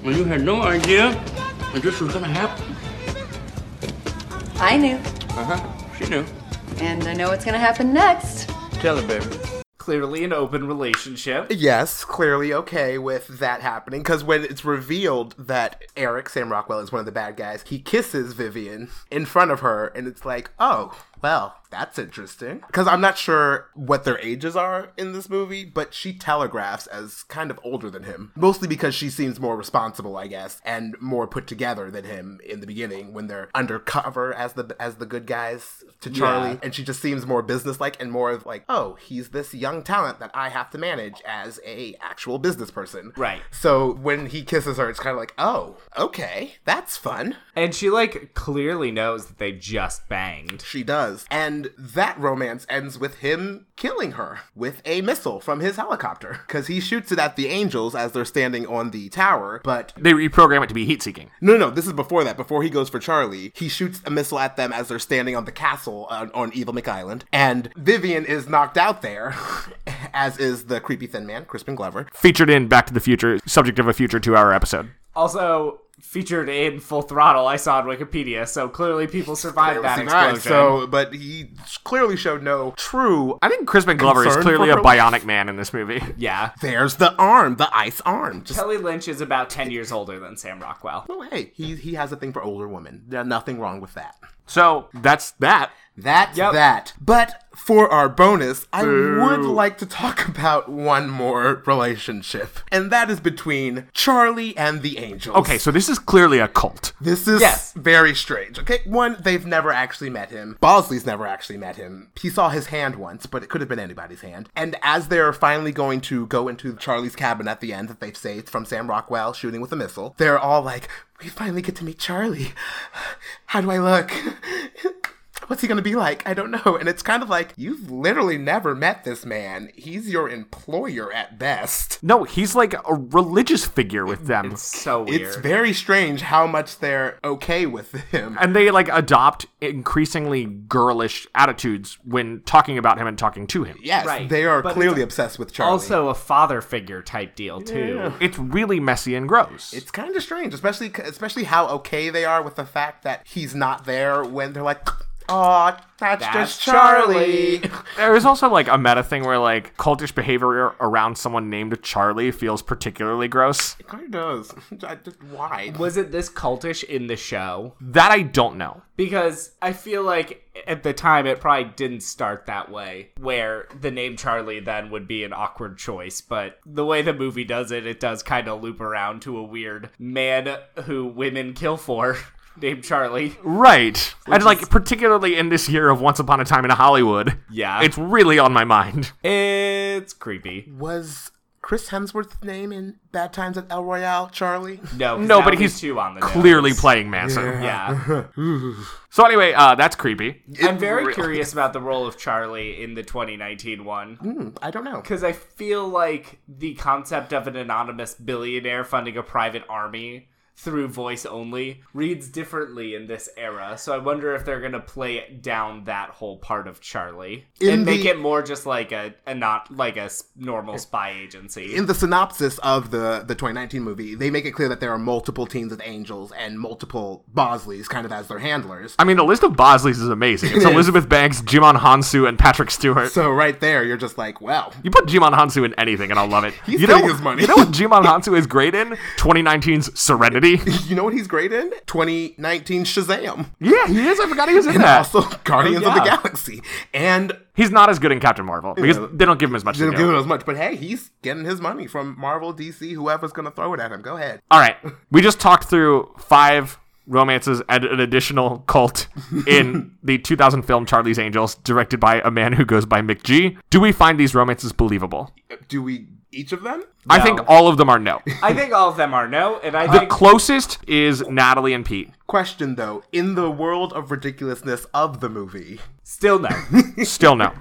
Speaker 9: And you had no idea that this was gonna happen.
Speaker 10: I knew,
Speaker 9: Uh huh. She knew.
Speaker 10: and I know what's gonna happen next.
Speaker 9: Tell her, baby.
Speaker 2: Clearly, an open relationship.
Speaker 3: Yes, clearly okay with that happening because when it's revealed that Eric Sam Rockwell is one of the bad guys, he kisses Vivian in front of her, and it's like, oh, well, that's interesting. Because I'm not sure what their ages are in this movie, but she telegraphs as kind of older than him, mostly because she seems more responsible, I guess, and more put together than him in the beginning when they're undercover as the as the good guys to Charlie,
Speaker 2: Yeah.
Speaker 3: and she just seems more businesslike and more of like, oh, he's this young talent that I have to manage as a actual business person.
Speaker 2: Right.
Speaker 3: So when he kisses her, it's kind of like, oh, okay, that's fun.
Speaker 2: And she like clearly knows that they just banged.
Speaker 3: She does, and that romance ends with him killing her with a missile from his helicopter because he shoots it at the angels as they're standing on the tower, but
Speaker 1: They reprogram it to be heat seeking.
Speaker 3: No, no, no, this is before that. Before he goes for Charlie, he shoots a missile at them as they're standing on the castle on, on Evil McIsland, and Vivian is knocked out there, as is the creepy thin man, Crispin Glover.
Speaker 1: Featured in Back to the Future, subject of a future two hour episode.
Speaker 2: Also featured in Full Throttle, I saw on Wikipedia. So clearly, people survived that explosion.
Speaker 3: Right, so, but he clearly showed no true.
Speaker 1: I think Crispin Glover is
Speaker 3: Concern
Speaker 1: clearly a
Speaker 3: for her-
Speaker 1: bionic man in this movie.
Speaker 2: yeah,
Speaker 3: There's the arm, the ice arm. Just
Speaker 2: Kelly Lynch is about ten years older than Sam Rockwell.
Speaker 3: oh, hey, he he has a thing for older women. There's nothing wrong with that.
Speaker 1: So that's that.
Speaker 3: That's
Speaker 2: Yep.
Speaker 3: that. But for our bonus, I would like to talk about one more relationship, and that is between Charlie and the Angels.
Speaker 1: Okay, so this is clearly a cult.
Speaker 3: This is
Speaker 2: Yes.
Speaker 3: very strange. Okay, one, they've never actually met him. Bosley's never actually met him. He saw his hand once, but it could have been anybody's hand. And as they're finally going to go into Charlie's cabin at the end that they've saved from Sam Rockwell shooting with a missile, they're all like, We finally get to meet Charlie. How do I look? What's he gonna be like? I don't know. And it's kind of like, you've literally never met this man. He's your employer at best.
Speaker 1: No, he's like a religious figure with them.
Speaker 2: So weird.
Speaker 3: It's very strange how much they're okay with him.
Speaker 1: and they like adopt increasingly girlish attitudes when talking about him and talking to him.
Speaker 3: Yes,
Speaker 2: Right.
Speaker 3: they are
Speaker 2: But
Speaker 3: clearly
Speaker 2: it's
Speaker 3: obsessed with Charlie.
Speaker 2: also a father figure type deal too.
Speaker 1: It's really messy and gross.
Speaker 3: it's kind of strange, especially especially how okay they are with the fact that he's not there when they're like, "Oh, that's,
Speaker 2: That's
Speaker 3: just Charlie."
Speaker 1: there is also like a meta thing where like cultish behavior around someone named Charlie feels particularly gross.
Speaker 3: it kind of does. I just- Why?
Speaker 2: Was it this cultish in the show?
Speaker 1: That I don't know.
Speaker 2: Because I feel like at the time it probably didn't start that way, where the name Charlie then would be an awkward choice. But the way the movie does it, it does kind of loop around to a weird man who women kill for named Charlie.
Speaker 1: Right. and like particularly in this year of Once Upon a Time in Hollywood.
Speaker 2: Yeah.
Speaker 1: It's really on my mind.
Speaker 2: It's creepy.
Speaker 3: Was Chris Hemsworth's name in Bad Times at El Royale Charlie?
Speaker 2: No, 'cause
Speaker 1: No,
Speaker 2: now
Speaker 1: but he's
Speaker 2: two on the nose.
Speaker 1: clearly playing Manson.
Speaker 2: Yeah,
Speaker 1: So anyway, uh, that's creepy.
Speaker 2: I'm very curious about the role of Charlie in the 2019 one.
Speaker 3: I don't know.
Speaker 2: because I feel like the concept of an anonymous billionaire funding a private army through voice only reads differently in this era. So I wonder if they're going to play it down that whole part of Charlie
Speaker 3: In
Speaker 2: and make
Speaker 3: the-
Speaker 2: it more just like a, a not like a s- normal spy agency.
Speaker 3: in the synopsis of the the 2019 movie, they make it clear that there are multiple teams of angels and multiple Bosleys kind of as their handlers.
Speaker 1: I mean, the list of Bosleys is amazing. It's
Speaker 3: It is.
Speaker 1: Elizabeth Banks, Jimon Hansu, and Patrick Stewart.
Speaker 3: So right there, you're just like, well,
Speaker 1: you put Jimon Hansu in anything, and I'll love it.
Speaker 3: He's
Speaker 1: you know,
Speaker 3: getting his money.
Speaker 1: You know what Jimon Hansu is great in? 2019's Serenity.
Speaker 3: you know what he's great in? 2019 Shazam.
Speaker 1: Yeah, he is. I forgot he was in
Speaker 3: And
Speaker 1: that. Oh,
Speaker 3: also Guardians of the
Speaker 1: yeah.
Speaker 3: Galaxy. And
Speaker 1: He's not as good in Captain Marvel because
Speaker 3: Yeah.
Speaker 1: they don't give him as much. to
Speaker 3: didn't
Speaker 1: do.
Speaker 3: give him as much, but hey, he's getting his money from Marvel, DC, whoever's going to throw it at him. Go ahead.
Speaker 1: All right, we just talked through five romances and an additional cult in the 2000 film Charlie's Angels, directed by a man who goes by Mick G. Do we find these romances believable?
Speaker 3: Do we each of them?
Speaker 1: I think
Speaker 2: No.
Speaker 1: all of them are no.
Speaker 2: I think all of them are no, and I
Speaker 1: The
Speaker 2: think
Speaker 1: closest is Natalie and Pete.
Speaker 3: Question though, in the world of ridiculousness of the movie,
Speaker 2: still no.
Speaker 1: Still no.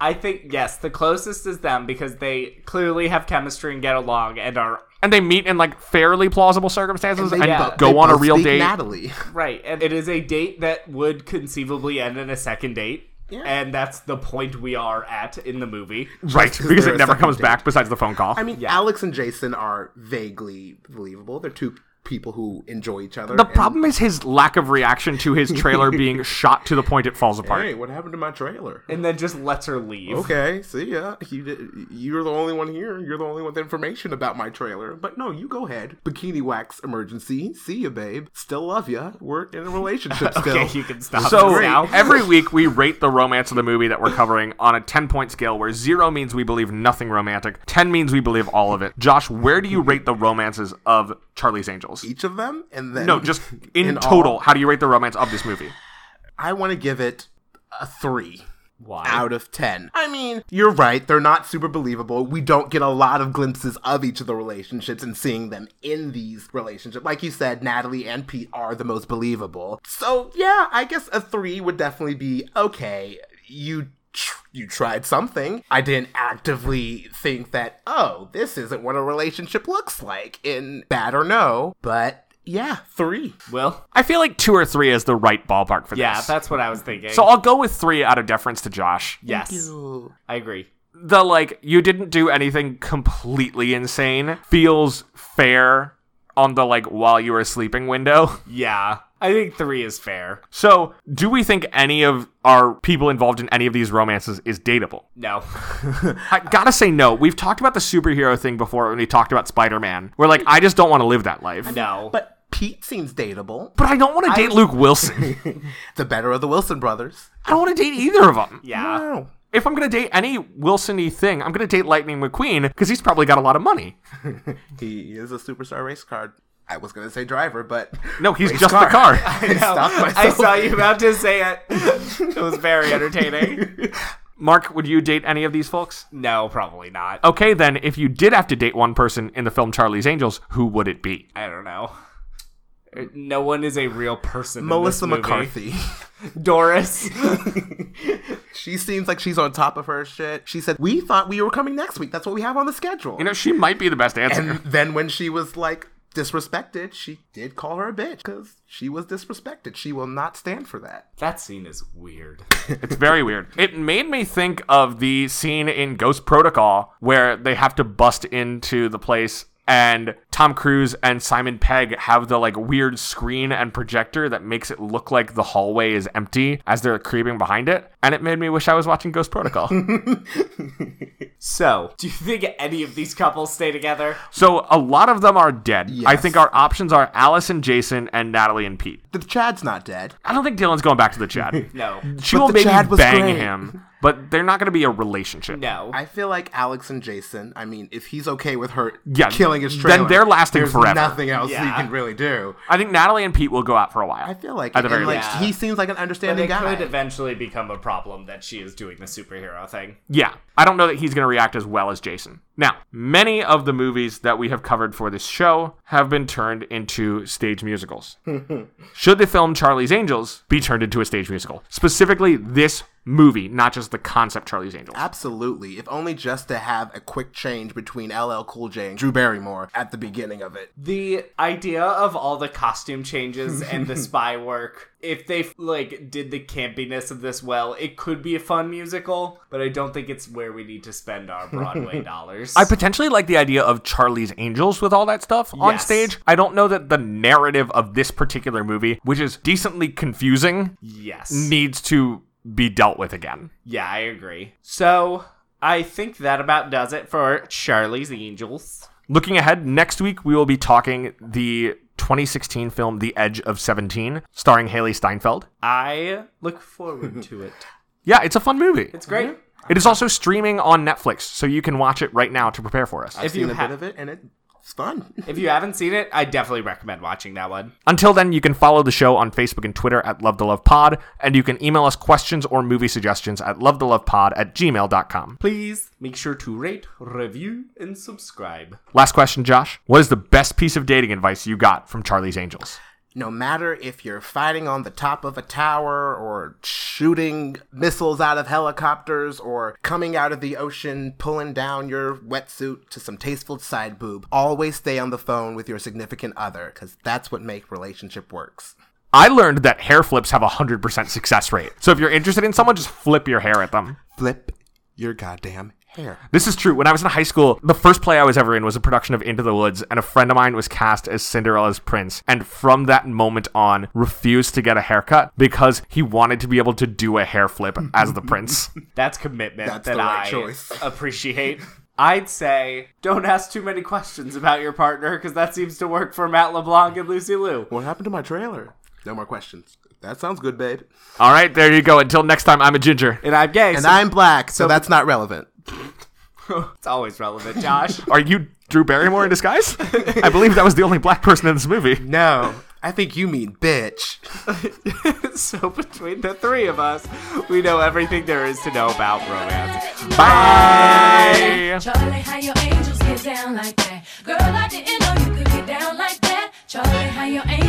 Speaker 2: I think yes, the closest is them because they clearly have chemistry and get along and are
Speaker 1: And they meet in like fairly plausible circumstances and,
Speaker 3: they bo-
Speaker 1: go
Speaker 3: they
Speaker 1: on a
Speaker 3: both
Speaker 1: real
Speaker 3: speak
Speaker 1: date.
Speaker 3: Natalie.
Speaker 2: right. And it is a date that would conceivably end in a second date. And that's the point we are at in the movie.
Speaker 1: Right, because it
Speaker 3: they're a
Speaker 1: never
Speaker 3: second
Speaker 1: comes
Speaker 3: date.
Speaker 1: back besides the phone call.
Speaker 3: I mean, Alex and Jason are vaguely believable. They're two people who enjoy each other.
Speaker 1: the
Speaker 3: and-
Speaker 1: problem is his lack of reaction to his trailer being shot to the point it falls apart.
Speaker 3: Hey, what happened to my trailer?
Speaker 2: And then just lets her leave.
Speaker 3: Okay, see ya. You did, you're the only one here. You're the only one with information about my trailer. But no, you go ahead. Bikini wax emergency. See ya, babe. Still love ya. We're in a relationship still.
Speaker 2: Okay, you can stop
Speaker 1: So
Speaker 2: this now.
Speaker 1: every week we rate the romance of the movie that we're covering on a 10 point scale where 0 means we believe nothing romantic, 10 means we believe all of it. Josh, where do you rate the romances of Charlie's Angels?
Speaker 3: Each of them, and then
Speaker 1: No, just in,
Speaker 3: In
Speaker 1: total,
Speaker 3: all.
Speaker 1: how do you rate the romance of this movie?
Speaker 3: I want to give it a three.
Speaker 2: Why?
Speaker 3: out of 10. I mean, you're right. They're not super believable. We don't get a lot of glimpses of each of the relationships and seeing them in these relationships. Like you said, Natalie and Pete are the most believable. So, yeah, I guess a 3 would definitely be okay. You tr- you tried something. I didn't actively think that, oh, this isn't what a relationship looks like in Bad or No, but yeah, 3.
Speaker 2: Will?
Speaker 1: I feel like 2 or 3 is the right ballpark for
Speaker 2: Yeah,
Speaker 1: this.
Speaker 2: that's what I was thinking.
Speaker 1: so I'll go with 3 out of deference to Josh.
Speaker 2: yes. I agree.
Speaker 1: The like you didn't do anything completely insane feels fair on the like while you were sleeping window.
Speaker 2: Yeah. I think three is fair.
Speaker 1: So, do we think any of our people involved in any of these romances is dateable?
Speaker 2: No.
Speaker 1: I gotta say no. We've talked about the superhero thing before when we talked about Spider Man. We're like, I just don't want to live that life.
Speaker 2: no.
Speaker 3: But Pete seems dateable.
Speaker 1: But I don't want to date Luke Wilson.
Speaker 3: The better of the Wilson brothers.
Speaker 1: I don't want to date either of them.
Speaker 2: yeah.
Speaker 3: Oh.
Speaker 1: If I'm gonna date any Wilson-y thing, I'm gonna date Lightning McQueen because he's probably got a lot of money.
Speaker 3: He is a superstar race car. I was gonna say driver, but
Speaker 1: No, he's
Speaker 3: Race
Speaker 1: just the car.
Speaker 3: I stopped myself.
Speaker 2: I saw you about to say it. it was very entertaining.
Speaker 1: Mark, would you date any of these folks?
Speaker 2: no, probably not.
Speaker 1: Okay, then, if you did have to date one person in the film Charlie's Angels, who would it be?
Speaker 2: I don't know. No one is a real person. in
Speaker 3: Melissa
Speaker 2: this movie.
Speaker 3: McCarthy.
Speaker 2: Doris.
Speaker 3: she seems like she's on top of her shit. She said, "We thought we were coming next week. That's what we have on the schedule."
Speaker 1: You know, she might be the best answer.
Speaker 3: and then when she was like disrespected, she did call her a bitch because she was disrespected. She will not stand for that.
Speaker 2: that scene is weird.
Speaker 1: It's very weird. It made me think of the scene in Ghost Protocol where they have to bust into the place and Tom Cruise and Simon Pegg have the like weird screen and projector that makes it look like the hallway is empty as they're creeping behind it. And it made me wish I was watching Ghost Protocol.
Speaker 2: So, do you think any of these couples stay together?
Speaker 1: so a lot of them are dead. I
Speaker 3: Yes.
Speaker 1: think our options are Alice and Jason and Natalie and Pete.
Speaker 3: The Chad's not dead.
Speaker 1: I don't think Dylan's going back to the Chad.
Speaker 2: No.
Speaker 1: She
Speaker 3: But
Speaker 1: will
Speaker 3: the
Speaker 1: maybe
Speaker 3: Chad was
Speaker 1: bang
Speaker 3: great.
Speaker 1: him, but they're not going to be a relationship.
Speaker 2: No.
Speaker 3: I feel like Alex and Jason. I mean, if he's okay with her
Speaker 1: Yeah,
Speaker 3: killing his
Speaker 1: then
Speaker 3: trailer,
Speaker 1: they're lasting
Speaker 3: there's
Speaker 1: forever.
Speaker 3: Nothing else he
Speaker 2: Yeah.
Speaker 3: can really do.
Speaker 1: I think Natalie and Pete will go out for a while.
Speaker 3: I feel like,
Speaker 1: At the
Speaker 3: and,
Speaker 1: very
Speaker 3: like
Speaker 2: least.
Speaker 3: he seems like an
Speaker 2: But
Speaker 3: understanding
Speaker 2: it
Speaker 3: guy.
Speaker 2: could eventually become a problem that she is doing the superhero thing.
Speaker 1: Yeah, I don't know that he's going to react as well as Jason. Now, many of the movies that we have covered for this show have been turned into stage musicals. Should the film Charlie's Angels be turned into a stage musical? Specifically, this movie, not just the concept Charlie's Angels.
Speaker 3: Absolutely. If only just to have a quick change between LL Cool J and Drew Barrymore at the beginning of it.
Speaker 2: The idea of all the costume changes and the spy work, if they like did the campiness of this well, it could be a fun musical, but I don't think it's where we need to spend our Broadway dollars.
Speaker 1: I potentially like the idea of Charlie's Angels with all that stuff on
Speaker 2: Yes.
Speaker 1: stage. I don't know that the narrative of this particular movie, which is decently confusing,
Speaker 2: yes.
Speaker 1: needs to be dealt with again.
Speaker 2: Yeah, I agree. So, I think that about does it for Charlie's Angels.
Speaker 1: Looking ahead, next week we will be talking the 2016 film The Edge of 17, starring Haley Steinfeld.
Speaker 2: I look forward to it.
Speaker 1: Yeah, it's a fun movie.
Speaker 2: It's great.
Speaker 1: It is also streaming on Netflix, so you can watch it right now to prepare for us.
Speaker 3: I've
Speaker 2: If you
Speaker 3: seen a
Speaker 2: ha-
Speaker 3: bit of it and it's fun.
Speaker 2: If you haven't seen it, I definitely recommend watching that one.
Speaker 1: Until then, you can follow the show on Facebook and Twitter at Love to Love Pod, and you can email us questions or movie suggestions at love to love pod at gmail.com.
Speaker 2: Please make sure to rate, review, and subscribe.
Speaker 1: Last question, Josh. What is the best piece of dating advice you got from Charlie's Angels?
Speaker 3: no matter if you're fighting on the top of a tower or shooting missiles out of helicopters or coming out of the ocean pulling down your wetsuit to some tasteful side boob always stay on the phone with your significant other because that's what make relationship works
Speaker 1: I learned that hair flips have a 100% success rate. So if you're interested in someone, just flip your hair at them.
Speaker 3: flip your goddamn hair
Speaker 1: This is true. When I was in high school, the first play I was ever in was a production of Into the Woods, and a friend of mine was cast as Cinderella's prince, and from that moment on, refused to get a haircut because he wanted to be able to do a hair flip as the prince.
Speaker 2: That's commitment
Speaker 3: That's
Speaker 2: that
Speaker 3: the right
Speaker 2: I
Speaker 3: choice.
Speaker 2: appreciate. I'd say don't ask too many questions about your partner because that seems to work for Matt LeBlanc and Lucy Liu.
Speaker 3: what happened to my trailer no more questions that sounds good babe
Speaker 1: All right, there you go. Until next time, I'm a ginger.
Speaker 2: And I'm gay.
Speaker 3: and
Speaker 2: so
Speaker 3: i'm black so that's not relevant
Speaker 2: it's always relevant, Josh.
Speaker 1: Are you Drew Barrymore in disguise? I believe that was the only black person in this movie.
Speaker 3: no i think you mean bitch
Speaker 2: so between the three of us, we know everything there is to know about romance.
Speaker 1: Bye.
Speaker 11: Charlie, how your angels get down like that? Girl, I didn't know you could get down like that. Charlie, how your angels